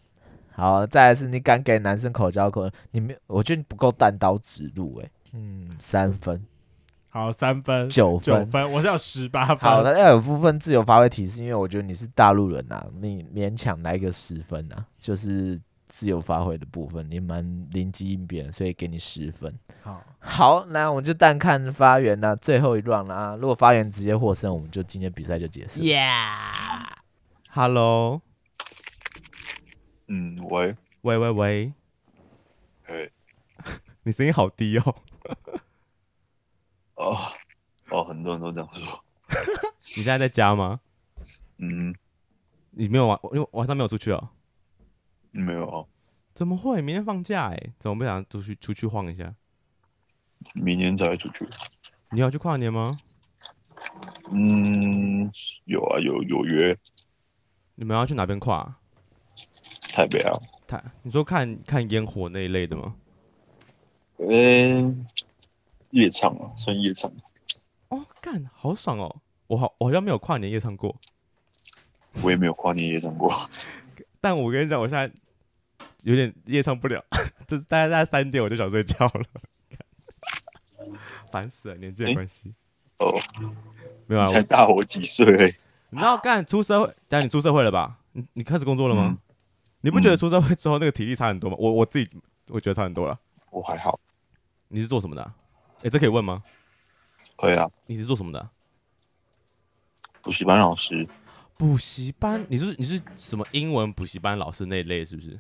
[SPEAKER 3] 好，再来是你敢给男生口交口，你没我觉得你不够单刀直入哎、嗯，三分
[SPEAKER 1] 好，三分，
[SPEAKER 3] 九
[SPEAKER 1] 九
[SPEAKER 3] 分。
[SPEAKER 1] 分，我是要十八分。
[SPEAKER 3] 好，他要有部分自由发挥提示，因为我觉得你是大陆人啊，你勉强来个十分啊，就是自由发挥的部分，你蛮灵机应变，所以给你十分。
[SPEAKER 1] 好，
[SPEAKER 3] 好，那我们就但看发源啦，最后一 round 啦啊。如果发源直接获胜，我们就今天比赛就结束。
[SPEAKER 2] Hello，
[SPEAKER 7] 嗯，喂，
[SPEAKER 2] 喂喂喂，
[SPEAKER 7] 哎，
[SPEAKER 2] 你声音好低哦，
[SPEAKER 7] 哦，哦，很多人都这样说，
[SPEAKER 2] 你现在在家吗？
[SPEAKER 7] 嗯，
[SPEAKER 2] 你没有晚，因为晚上没有出去哦。
[SPEAKER 7] 没有啊，
[SPEAKER 2] 怎么会？明天放假哎、怎么不想出去出去晃一下？
[SPEAKER 7] 明年才出去，
[SPEAKER 2] 你要去跨年吗？
[SPEAKER 7] 嗯，有啊，有有约
[SPEAKER 2] 你们要去哪边跨？
[SPEAKER 7] 台北啊，
[SPEAKER 2] 他你说看看烟火那一类的吗？
[SPEAKER 7] 嗯，夜唱啊，算夜唱，
[SPEAKER 2] 哦，干，好爽哦！我好，我好像没有跨年夜唱过，
[SPEAKER 7] 我也没有跨年夜唱过，
[SPEAKER 2] 但我跟你讲，我现在有点夜唱不了， 就是大概大概三点我就想睡觉了，烦死了， 年纪的
[SPEAKER 7] 诶
[SPEAKER 2] 关系。
[SPEAKER 7] 哦，
[SPEAKER 2] 没有啊，
[SPEAKER 7] 才
[SPEAKER 2] 我
[SPEAKER 7] 大我几岁而已，
[SPEAKER 2] 你知道干出社会，但你出社会了吧？你你开始工作了吗？
[SPEAKER 7] 嗯
[SPEAKER 2] 你不觉得
[SPEAKER 7] 嗯
[SPEAKER 2] 出社会之后那个体力差很多吗？我我自己我觉得差很多了。
[SPEAKER 7] 我还好，
[SPEAKER 2] 你是做什么的啊、诶，这可以问吗？
[SPEAKER 7] 可以啊，
[SPEAKER 2] 你是做什么的啊、
[SPEAKER 7] 补习班老师，
[SPEAKER 2] 补习班？你是你是什么英文补习班老师那一类是不是？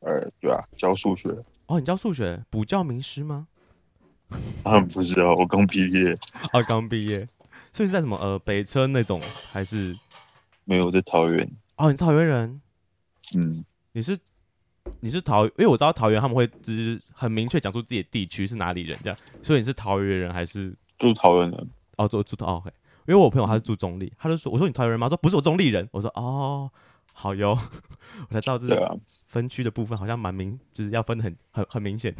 [SPEAKER 7] 呃，对啊，教数学，
[SPEAKER 2] 哦，你教数学补教名师 吗？
[SPEAKER 7] 啊，不是啊，我刚毕业，
[SPEAKER 2] 啊，刚毕业，所以是在什么呃北车那种，还是
[SPEAKER 7] 没有我在桃园，
[SPEAKER 2] 哦你是桃园人？
[SPEAKER 7] 嗯，
[SPEAKER 2] 你是你是桃，因为我知道桃园他们会就是很明确讲出自己的地区是哪里人这样，所以你是桃园人还是
[SPEAKER 7] 就是桃园人，
[SPEAKER 2] 哦住住桃哦 OK？因为我朋友他是住中立，他就说我说你桃园人吗？他说不是我中立人，我说哦好哟， 我才知道这
[SPEAKER 7] 对
[SPEAKER 2] 是
[SPEAKER 7] 啊，
[SPEAKER 2] 分区的部分好像蛮明，就是要分的很很很明显。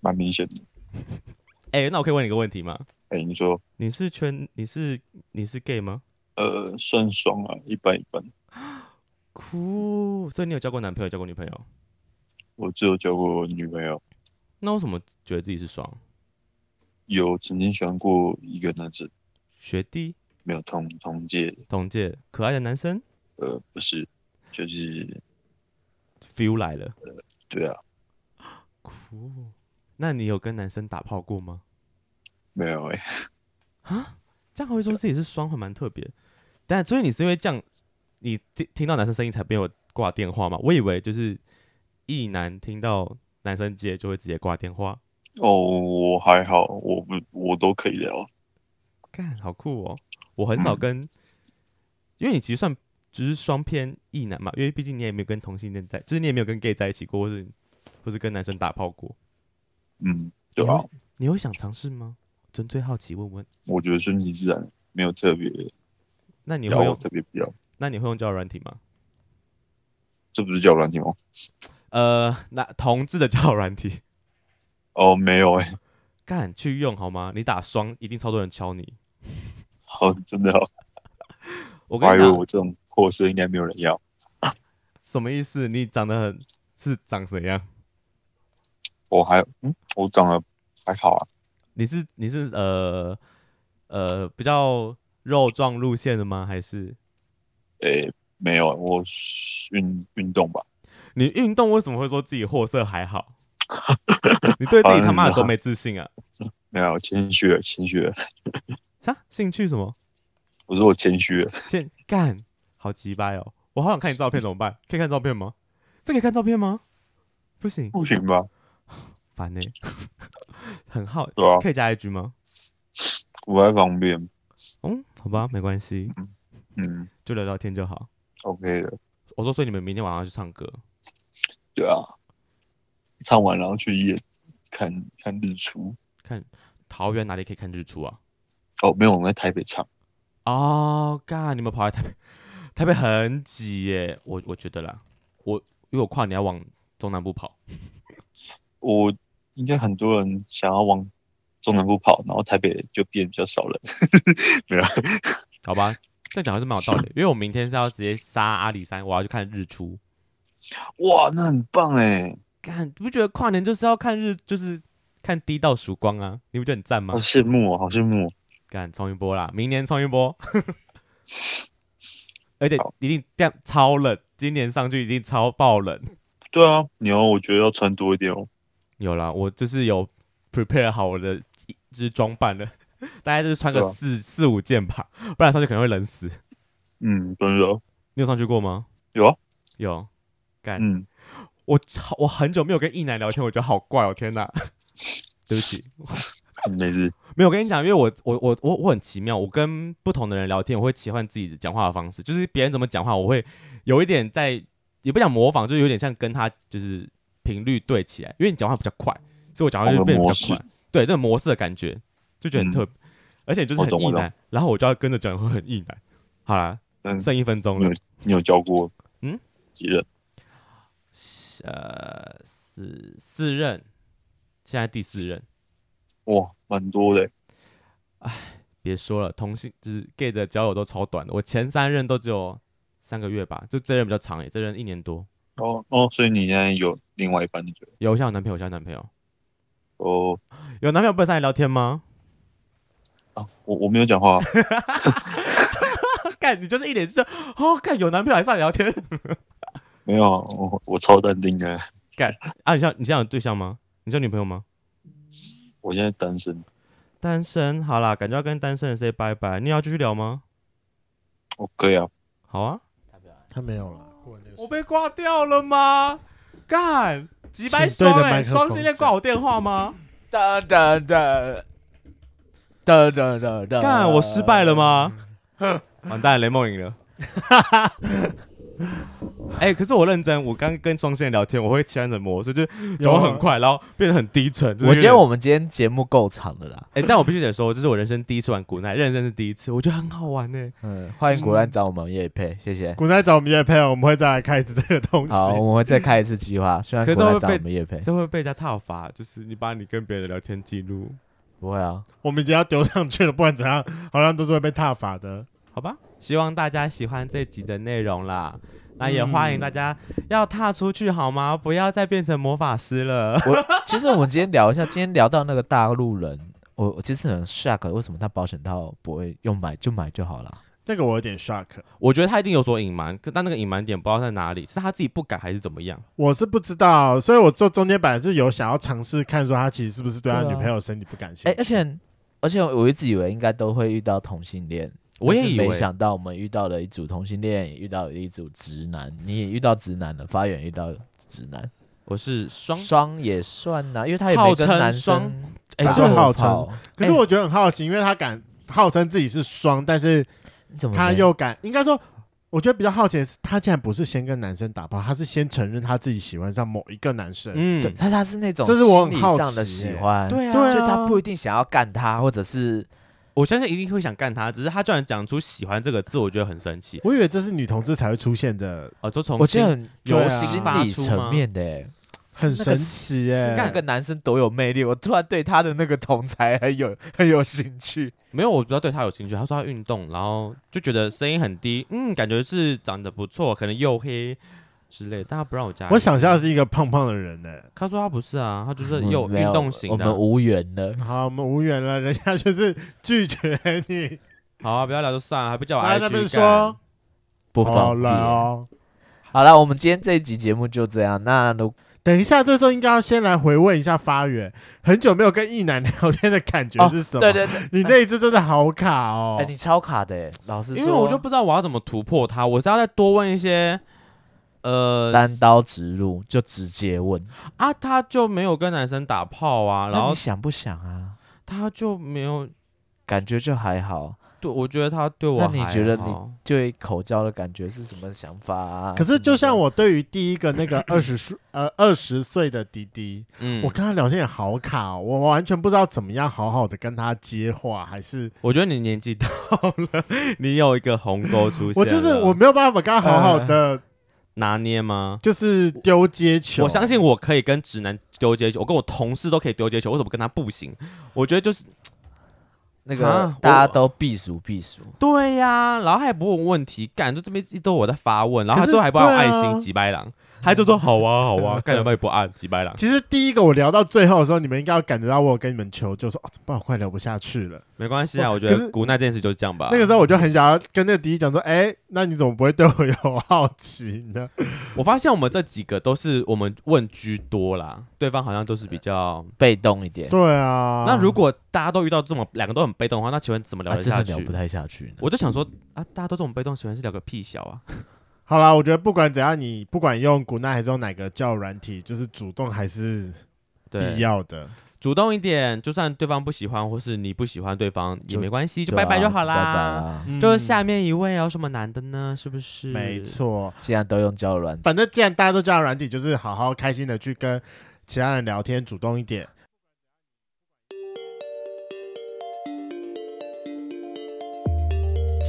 [SPEAKER 7] 蛮明显的，
[SPEAKER 2] 哎、那我可以问你一个问题吗？
[SPEAKER 7] 哎、你说，
[SPEAKER 2] 你是圈你是你是 gay 吗？
[SPEAKER 7] 呃，算双啊，一般一般，
[SPEAKER 2] 酷，所以你有交过男朋友，交过女朋友，
[SPEAKER 7] 我只有交过女朋友。
[SPEAKER 2] 那为什么觉得自己是双
[SPEAKER 7] 有曾经喜欢过一个男生，
[SPEAKER 2] 学弟、
[SPEAKER 7] 没有同同届，
[SPEAKER 2] 同届可爱的男生
[SPEAKER 7] 呃，不是，就是
[SPEAKER 2] ？feel 来了，
[SPEAKER 7] 对啊，
[SPEAKER 2] 酷。那你有跟男生打炮过吗？
[SPEAKER 7] 没有哎、
[SPEAKER 2] 啊，这样还会说自己是双，还蛮特别。但所以你是因为这样，你听听到男生声音才被我挂电话吗？我以为就是一男听到男生接就会直接挂电话，
[SPEAKER 7] 哦，我还好，我不我都可以聊，
[SPEAKER 2] 干，好酷哦！我很少跟，因为你其实算只是双偏异男嘛，因为毕竟你也没有跟同性恋在，就是你也没有跟 gay 在一起过，或是或是跟男生打炮过。
[SPEAKER 7] 嗯，对啊，
[SPEAKER 2] 你会想尝试吗？纯粹好奇问问。
[SPEAKER 7] 我觉得顺其自然，没有特别
[SPEAKER 2] 那你
[SPEAKER 7] 要
[SPEAKER 2] 会
[SPEAKER 7] 我
[SPEAKER 2] 用？
[SPEAKER 7] 特别不要，
[SPEAKER 2] 那你会用交友软体吗？
[SPEAKER 7] 这不是叫软体吗？
[SPEAKER 2] 呃，那同志的交友软体，
[SPEAKER 7] 哦，没有哎、
[SPEAKER 2] 干去用好吗？你打双，一定超多人敲你。
[SPEAKER 7] 好，真的、哦，
[SPEAKER 2] 我
[SPEAKER 7] 我还
[SPEAKER 2] 跟
[SPEAKER 7] 以
[SPEAKER 2] 你讲，
[SPEAKER 7] 为哎我这种货色应该没有人要，
[SPEAKER 2] 什么意思？你长得很是长怎样？
[SPEAKER 7] 我还嗯，我长得还好啊，
[SPEAKER 2] 你是你是呃呃比较肉壮路线的吗？还是
[SPEAKER 7] 哎、没有，我运运动吧，
[SPEAKER 2] 你运动为什么会说自己货色还好？你对自己他妈有多没自信啊？
[SPEAKER 7] 没有谦虚了，谦虚了，
[SPEAKER 2] 啥兴趣什么？
[SPEAKER 7] 我说我谦虚了，
[SPEAKER 2] 现干好鸡掰哦！我好想看你照片，怎么办？可以看照片吗？这可以看照片吗？不行，
[SPEAKER 7] 不行吧？
[SPEAKER 2] 烦呢、 很好，欸
[SPEAKER 7] 对啊
[SPEAKER 2] 可以加 IG 吗？
[SPEAKER 7] 不太方便。
[SPEAKER 2] 嗯，好吧，没关系，
[SPEAKER 7] 嗯
[SPEAKER 2] 就聊聊天就好。
[SPEAKER 7] ，OK 的，
[SPEAKER 2] 我说，所以你们明天晚上要去唱歌，
[SPEAKER 7] 对啊。唱完然后去夜看看日出。
[SPEAKER 2] 看桃园哪里可以看日出啊？
[SPEAKER 7] 哦，没有，我们在台北唱。
[SPEAKER 2] 哦，干，你们跑来台北，台北很挤耶，我我觉得啦，我因为我跨年要往中南部跑，
[SPEAKER 7] 我应该很多人想要往中南部跑，然后台北就变比较少人。 没有啊，
[SPEAKER 2] 好吧？这样讲还是蛮有道理的，因为我明天是要直接杀阿里山，我要去看日出。
[SPEAKER 7] 哇，那很棒哎！
[SPEAKER 2] 干，你不觉得跨年就是要看日，就是看第一道曙光啊？你不觉得很赞吗
[SPEAKER 7] 好？羡慕哦，好羡慕哦。
[SPEAKER 2] 干，冲一波啦！明年冲一波，而且
[SPEAKER 7] 好
[SPEAKER 2] 一定这样超冷，今年上去一定超爆冷。
[SPEAKER 7] 对啊，你要我觉得要穿多一点哦。
[SPEAKER 2] 有啦，我就是有 prepare 好我的一就是装扮了， 大概就是穿个
[SPEAKER 7] 对啊
[SPEAKER 2] 四、四五件吧，不然上去可能会冷死。
[SPEAKER 7] 嗯，真的
[SPEAKER 2] 你有上去过吗？
[SPEAKER 7] 有啊。
[SPEAKER 2] 有，干，
[SPEAKER 7] 嗯，
[SPEAKER 2] 我超我很久没有跟一男聊天，我觉得好怪哦，天哪！ 对不起，
[SPEAKER 7] 没事。
[SPEAKER 2] 没有，我跟你讲，因为我我我我我很奇妙，我跟不同的人聊天，我会切换自己讲话的方式，就是别人怎么讲话，我会有一点在，也不讲模仿，就是有点像跟他就是频率对起来，因为你讲话比较快，所以我讲话就变得比较
[SPEAKER 7] 哦我的模嗯
[SPEAKER 2] 快，对，这种模式的感觉就觉得很特别，而且就是
[SPEAKER 7] 我
[SPEAKER 2] 很
[SPEAKER 7] 懂
[SPEAKER 2] 意
[SPEAKER 7] 我懂
[SPEAKER 2] 难，然后我就要跟着讲会很意难。好啦，
[SPEAKER 7] 嗯，
[SPEAKER 2] 剩一分钟了，
[SPEAKER 7] 你有教过？
[SPEAKER 2] 嗯，
[SPEAKER 7] 几人？
[SPEAKER 2] 呃，四四任，现在第四任，
[SPEAKER 7] 哇，蛮多的欸。
[SPEAKER 2] 别说了，同性就是 gay 的交友都超短的，我前三任都只有三个月吧，就这任比较长耶，这任一年多。
[SPEAKER 7] 哦哦，所以你现在有另外一半就觉得
[SPEAKER 2] 有，我现在有男朋友，我现在有男朋友，
[SPEAKER 7] 哦
[SPEAKER 2] 有男朋友不能上来聊天吗？
[SPEAKER 7] 啊，我我没有讲话，
[SPEAKER 2] 干，你就是一脸就是哦，干有男朋友还上来聊天
[SPEAKER 7] 没有啊，我我超淡定的，
[SPEAKER 2] 啊？你像你现在有对象吗？你是有女朋友吗？
[SPEAKER 7] 我现在单身。
[SPEAKER 2] 单身，好啦，感觉要跟单身的 say 拜拜。你要继续聊吗？
[SPEAKER 7] OK 啊，
[SPEAKER 2] 好啊，
[SPEAKER 1] 他没有了，过完这个
[SPEAKER 2] 我被挂掉了吗？干，几百
[SPEAKER 1] 请对
[SPEAKER 2] 双
[SPEAKER 1] 着
[SPEAKER 2] 哎、
[SPEAKER 1] 麦克风
[SPEAKER 2] 双性恋挂我电话吗？
[SPEAKER 3] 噔噔噔噔噔噔噔，
[SPEAKER 2] 干，我失败了吗？呃 完蛋，雷梦赢了。 哎、可是我认真，我刚跟双性恋聊天，我会切换成模式，就是
[SPEAKER 1] 有
[SPEAKER 2] 走
[SPEAKER 1] 啊
[SPEAKER 2] 很快，然后变得很低沉。就是
[SPEAKER 3] 我
[SPEAKER 2] 有
[SPEAKER 3] 觉
[SPEAKER 2] 点
[SPEAKER 3] 得我们今天节目够长的啦。
[SPEAKER 2] 哎、但我必须得说，这是我人生第一次玩古奈，认真是第一次，我觉得很好玩呢、
[SPEAKER 3] 嗯，欢迎果然找我们叶配，谢谢。
[SPEAKER 1] 古奈找我们叶配，我们会再来看一次这个东西。
[SPEAKER 3] 好，我们会再开一次计划，虽然
[SPEAKER 2] 可是
[SPEAKER 3] 国
[SPEAKER 2] 会
[SPEAKER 3] 然找
[SPEAKER 2] 被
[SPEAKER 3] 我们叶配，
[SPEAKER 2] 这会被人家套罚，就是你把你跟别人的聊天记录，
[SPEAKER 3] 不会啊。
[SPEAKER 1] 我们已经要丢上去了，不管怎样，好像都是会被踏法的。
[SPEAKER 2] 好吧？希望大家喜欢这集的内容啦。那也欢迎大家要踏出去好吗？不要再变成魔法师了。
[SPEAKER 3] 我其实我们今天聊一下，今天聊到那个大陆人，我我其实很 shock，为什么他保险套不会用买就买就好了？
[SPEAKER 1] 那个我有点 shock，
[SPEAKER 2] 我觉得他一定有所隐瞒，可但那个隐瞒点不知道在哪里，是他自己不敢还是怎么样？
[SPEAKER 1] 我是不知道，所以我做中间本来是有想要尝试看，说他其实是不是对他
[SPEAKER 3] 对啊
[SPEAKER 1] 女朋友身体不感兴趣。
[SPEAKER 3] 哎、而且而且我一直以为应该都会遇到同性恋，
[SPEAKER 2] 我也
[SPEAKER 3] 但是
[SPEAKER 2] 以为
[SPEAKER 3] 没想到我们遇到了一组同性恋，也遇到了一组直男，你也遇到直男了，发源遇到直男，
[SPEAKER 2] 我是双，
[SPEAKER 3] 双也算啊呐、因为他也
[SPEAKER 2] 号
[SPEAKER 3] 没跟
[SPEAKER 2] 称
[SPEAKER 3] 男
[SPEAKER 2] 双
[SPEAKER 3] 生
[SPEAKER 2] 哎
[SPEAKER 3] 打
[SPEAKER 1] 这
[SPEAKER 3] 过
[SPEAKER 1] 号称
[SPEAKER 3] 炮，
[SPEAKER 1] 可是我觉得很好奇，因为他敢号称自己是双，但是
[SPEAKER 3] 你怎么
[SPEAKER 1] 他
[SPEAKER 3] 没
[SPEAKER 1] 又敢，应该说，我觉得比较好奇的是，他竟然不是先跟男生打炮，他是先承认他自己喜欢上某一个男生。
[SPEAKER 2] 嗯
[SPEAKER 3] 对，他他是那种
[SPEAKER 1] 这是我很
[SPEAKER 3] 心理
[SPEAKER 1] 好
[SPEAKER 3] 上的
[SPEAKER 1] 奇
[SPEAKER 3] 喜
[SPEAKER 1] 耶
[SPEAKER 3] 欢，
[SPEAKER 2] 对啊
[SPEAKER 1] 对啊
[SPEAKER 3] 所以他不一定想要干他，或者是
[SPEAKER 2] 我相信一定会想干他，只是他居然讲出喜欢这个字，我觉得很神奇。
[SPEAKER 1] 我以为这是女同志才会出现的，
[SPEAKER 2] 哦，就从
[SPEAKER 3] 我觉
[SPEAKER 2] 心
[SPEAKER 3] 得很
[SPEAKER 1] 由
[SPEAKER 2] 啊
[SPEAKER 3] 有
[SPEAKER 1] 心
[SPEAKER 3] 心
[SPEAKER 2] 发
[SPEAKER 3] 理
[SPEAKER 2] 出吗
[SPEAKER 3] 层面的耶，
[SPEAKER 1] 啊很
[SPEAKER 3] 是那个
[SPEAKER 1] 神奇耶、
[SPEAKER 3] 是那个男生多有魅力，我突然对他的那个同才很有 很有兴趣。
[SPEAKER 2] 没有，我比较对他有兴趣。他说他运动，然后就觉得声音很低，嗯，感觉是长得不错，可能黝黑之类的。但他不让我加入。
[SPEAKER 1] 我想象是一个胖胖的人呢、
[SPEAKER 2] 他说他不是啊，他就是
[SPEAKER 3] 嗯
[SPEAKER 2] 有
[SPEAKER 3] 没
[SPEAKER 2] 运动型
[SPEAKER 3] 我
[SPEAKER 2] 的
[SPEAKER 3] 们
[SPEAKER 2] 啊。
[SPEAKER 3] 无缘了。
[SPEAKER 1] 好，我们无缘了，人家就是拒绝你，
[SPEAKER 2] 好啊，不要聊就算了，还不叫我
[SPEAKER 1] 来
[SPEAKER 2] IG
[SPEAKER 1] 那边
[SPEAKER 2] 干
[SPEAKER 1] 说，
[SPEAKER 3] 不
[SPEAKER 1] 好
[SPEAKER 3] 方
[SPEAKER 1] 了
[SPEAKER 3] 便。
[SPEAKER 1] 哦。
[SPEAKER 3] 好了，我们今天这一集节目就这样。那如
[SPEAKER 1] 等一下，这时候应该要先来回问一下发源，很久没有跟一男聊天的感觉
[SPEAKER 3] 哦
[SPEAKER 1] 是什么？
[SPEAKER 3] 对对对，
[SPEAKER 1] 你那一次真的好卡哦。
[SPEAKER 3] 哎，你超卡的耶，老师
[SPEAKER 2] 因为我就不知道我要怎么突破他，我是要再多问一些呃
[SPEAKER 3] 单刀直入，就直接问。
[SPEAKER 2] 啊，他就没有跟男生打炮啊，然
[SPEAKER 3] 那
[SPEAKER 2] 后
[SPEAKER 3] 你想不想啊？
[SPEAKER 2] 他就没有
[SPEAKER 3] 感觉就还好，
[SPEAKER 2] 对，我觉得他对我
[SPEAKER 3] 那
[SPEAKER 2] 还好。
[SPEAKER 3] 你觉得你对口交的感觉是什么想法啊？
[SPEAKER 1] 可是就像
[SPEAKER 3] 我。
[SPEAKER 1] 我对于第一个那个二十岁呃二十岁的弟弟，
[SPEAKER 2] 嗯，
[SPEAKER 1] 我
[SPEAKER 2] 我
[SPEAKER 1] 跟他聊天也好卡、哦，我完全不知道怎么样好好的跟他接话，还是
[SPEAKER 2] 我觉得你年纪到了，你有一个鸿沟出现了。
[SPEAKER 1] 我就是我没有办法跟他好好
[SPEAKER 3] 嗯
[SPEAKER 1] 的、
[SPEAKER 2] 拿捏吗？
[SPEAKER 1] 就是丢接球。
[SPEAKER 2] 我相信我可以跟直男丢接球，我跟我同事都可以丢接球，为什么跟他不行？我觉得就是
[SPEAKER 3] 那
[SPEAKER 2] 啊
[SPEAKER 3] 个大家
[SPEAKER 2] 我
[SPEAKER 3] 都避暑避暑，
[SPEAKER 2] 对呀、然后他也不问问题，干就这边一直都我在发问，然后他
[SPEAKER 1] 可是
[SPEAKER 2] 最后还不按
[SPEAKER 1] 对
[SPEAKER 2] 爱
[SPEAKER 1] 啊
[SPEAKER 2] 心几白狼，他就说好啊好啊，干什么也不按几白狼。
[SPEAKER 1] 其实第一个我聊到最后的时候，你们应该要感觉到我有跟你们求救，说哦，怎么办？我快聊不下去了。
[SPEAKER 2] 没关系啊，
[SPEAKER 1] 我
[SPEAKER 2] 我觉
[SPEAKER 1] 可
[SPEAKER 2] 得
[SPEAKER 1] 是
[SPEAKER 2] 古奈这件事就是这样吧。
[SPEAKER 1] 那个时候我就很想要跟那个迪迪讲说，哎、那你怎么不会对我有好奇 呢？
[SPEAKER 2] 我发现我们这几个都是我们问居多啦，对方好像都是比较。
[SPEAKER 3] 被动一点，
[SPEAKER 1] 对啊，
[SPEAKER 2] 那如果大家都遇到这么两个都很被动的话，那请问怎么聊
[SPEAKER 3] 啊，
[SPEAKER 2] 得
[SPEAKER 3] 真
[SPEAKER 2] 下
[SPEAKER 3] 的
[SPEAKER 2] 去
[SPEAKER 3] 聊？不太下去呢。
[SPEAKER 2] 我就想说啊，大家都这么被动，喜欢是聊个屁小啊。
[SPEAKER 1] 好啦，我觉得不管怎样，你不管用古奈还是用哪个叫软体，就是主动还是必
[SPEAKER 2] 对，
[SPEAKER 1] 要的。
[SPEAKER 2] 主动一点，就算对方不喜欢或是你不喜欢对方也
[SPEAKER 3] 就
[SPEAKER 2] 没关系，就
[SPEAKER 3] 对
[SPEAKER 2] 拜拜
[SPEAKER 3] 啊
[SPEAKER 2] 就好
[SPEAKER 3] 拜拜
[SPEAKER 2] 啦。
[SPEAKER 3] 啊
[SPEAKER 1] 嗯
[SPEAKER 2] 就是下，面一位有哦什么难的呢？是不是？
[SPEAKER 1] 没。错。
[SPEAKER 3] 既然都用交友软体，
[SPEAKER 1] 反正既然大家都叫软体，就是好好开心的去跟其他人聊天，主动一点。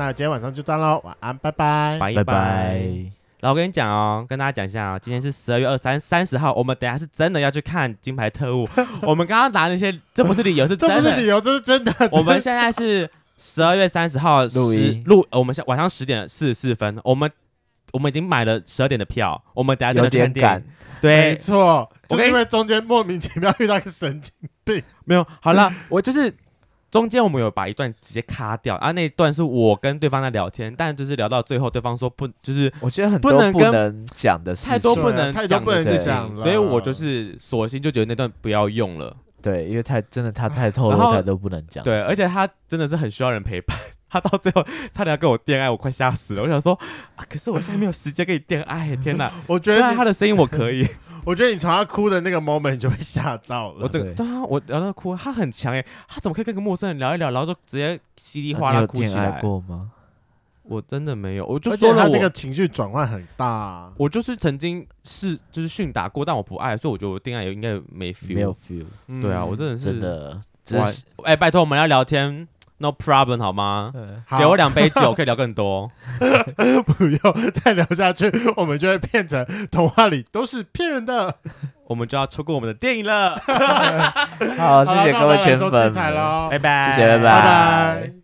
[SPEAKER 1] 那今天晚上就这样喽，晚安，拜拜。
[SPEAKER 2] 拜
[SPEAKER 3] 拜
[SPEAKER 2] 拜。
[SPEAKER 3] 拜。
[SPEAKER 2] 然后我跟你讲哦，跟大家讲一下哦，今天是十二月二三三十号，我们等一下是真的要去看《金牌 特务》。我们刚刚拿那些，这不是理由，是
[SPEAKER 1] 这不
[SPEAKER 2] 真
[SPEAKER 1] 是
[SPEAKER 2] 的
[SPEAKER 1] 理。由，这是真的。
[SPEAKER 2] 我们现在是十二月三十 号
[SPEAKER 3] 录
[SPEAKER 2] 十
[SPEAKER 3] 音
[SPEAKER 2] 录，呃我们下晚上十点四十四分，我们我们已经买了十二点的票，我们等一下真
[SPEAKER 3] 有
[SPEAKER 2] 的去看
[SPEAKER 3] 点
[SPEAKER 2] 电
[SPEAKER 3] 赶
[SPEAKER 2] 影。，
[SPEAKER 1] 没
[SPEAKER 2] 对，
[SPEAKER 1] 错，
[SPEAKER 2] 哎我
[SPEAKER 1] 就
[SPEAKER 2] 跟
[SPEAKER 1] 是因为中间莫名其妙遇到一个神经，
[SPEAKER 2] 没有好了， 我就是中间我们有把一段直接卡掉啊，那一段是我跟对方在聊天，但就是聊到最后，对方说不，就是
[SPEAKER 3] 我觉得很
[SPEAKER 2] 不
[SPEAKER 3] 多
[SPEAKER 2] 能
[SPEAKER 3] 不
[SPEAKER 2] 跟
[SPEAKER 3] 能讲的事情，
[SPEAKER 2] 太多不
[SPEAKER 1] 对啊
[SPEAKER 2] 能
[SPEAKER 1] 太多
[SPEAKER 2] 讲
[SPEAKER 1] 不
[SPEAKER 2] 的
[SPEAKER 1] 能
[SPEAKER 2] 事
[SPEAKER 1] 讲
[SPEAKER 2] 情，
[SPEAKER 1] 了
[SPEAKER 2] 所以我就是索性就觉得那段不要用了。
[SPEAKER 3] 对，因为太真的他太透露，
[SPEAKER 2] 然后
[SPEAKER 3] 太多不能讲。
[SPEAKER 2] 对，而且他真的是很需要人陪伴。他到最后差点要跟我恋爱，我快吓死了。我想说啊，可是我现在没有时间跟你恋爱，天 哪！
[SPEAKER 1] 我觉
[SPEAKER 2] 虽
[SPEAKER 1] 得
[SPEAKER 2] 然他
[SPEAKER 1] 你，
[SPEAKER 2] 的声音我可以，
[SPEAKER 1] 我觉得你从他哭的那个 moment 你就会吓到
[SPEAKER 2] 我
[SPEAKER 1] 了。
[SPEAKER 2] 整
[SPEAKER 3] 对
[SPEAKER 2] 个对啊，我聊到哭，他很强哎，他怎么可以跟个陌生人聊一聊，然后就直接稀里
[SPEAKER 3] 那
[SPEAKER 2] 哗
[SPEAKER 3] 你
[SPEAKER 2] 啦
[SPEAKER 3] 有
[SPEAKER 2] 哭起
[SPEAKER 3] 恋爱
[SPEAKER 2] 来？
[SPEAKER 3] 过吗？
[SPEAKER 2] 我真的没有，我就
[SPEAKER 1] 而且
[SPEAKER 2] 说
[SPEAKER 1] 他
[SPEAKER 2] 了
[SPEAKER 1] 那个
[SPEAKER 2] 我。
[SPEAKER 1] 情绪转换很大，
[SPEAKER 2] 我就是曾经是就是训打过，但我不爱，所以我觉得我恋爱也应该没 feel。
[SPEAKER 3] 没有 feel，
[SPEAKER 1] 嗯
[SPEAKER 2] 对啊，我真的是
[SPEAKER 3] 真的，只
[SPEAKER 2] 哇
[SPEAKER 3] 是
[SPEAKER 2] 哎、拜托我们要聊天，no problem 好吗？
[SPEAKER 3] 呃
[SPEAKER 1] 好
[SPEAKER 2] 给我两杯酒，可以聊更多。
[SPEAKER 1] 不用再聊下去， 我们就会变成童话里都是骗人的。
[SPEAKER 2] 我们就要错过我们的电影了，
[SPEAKER 3] 好，谢
[SPEAKER 1] 好
[SPEAKER 3] 谢
[SPEAKER 1] 那
[SPEAKER 3] 各
[SPEAKER 1] 我
[SPEAKER 3] 位
[SPEAKER 1] 们来
[SPEAKER 3] 圈
[SPEAKER 1] 说
[SPEAKER 3] 粉
[SPEAKER 1] 精彩
[SPEAKER 3] 们，
[SPEAKER 1] 喽
[SPEAKER 2] 拜拜，
[SPEAKER 3] 谢谢，拜
[SPEAKER 1] 拜拜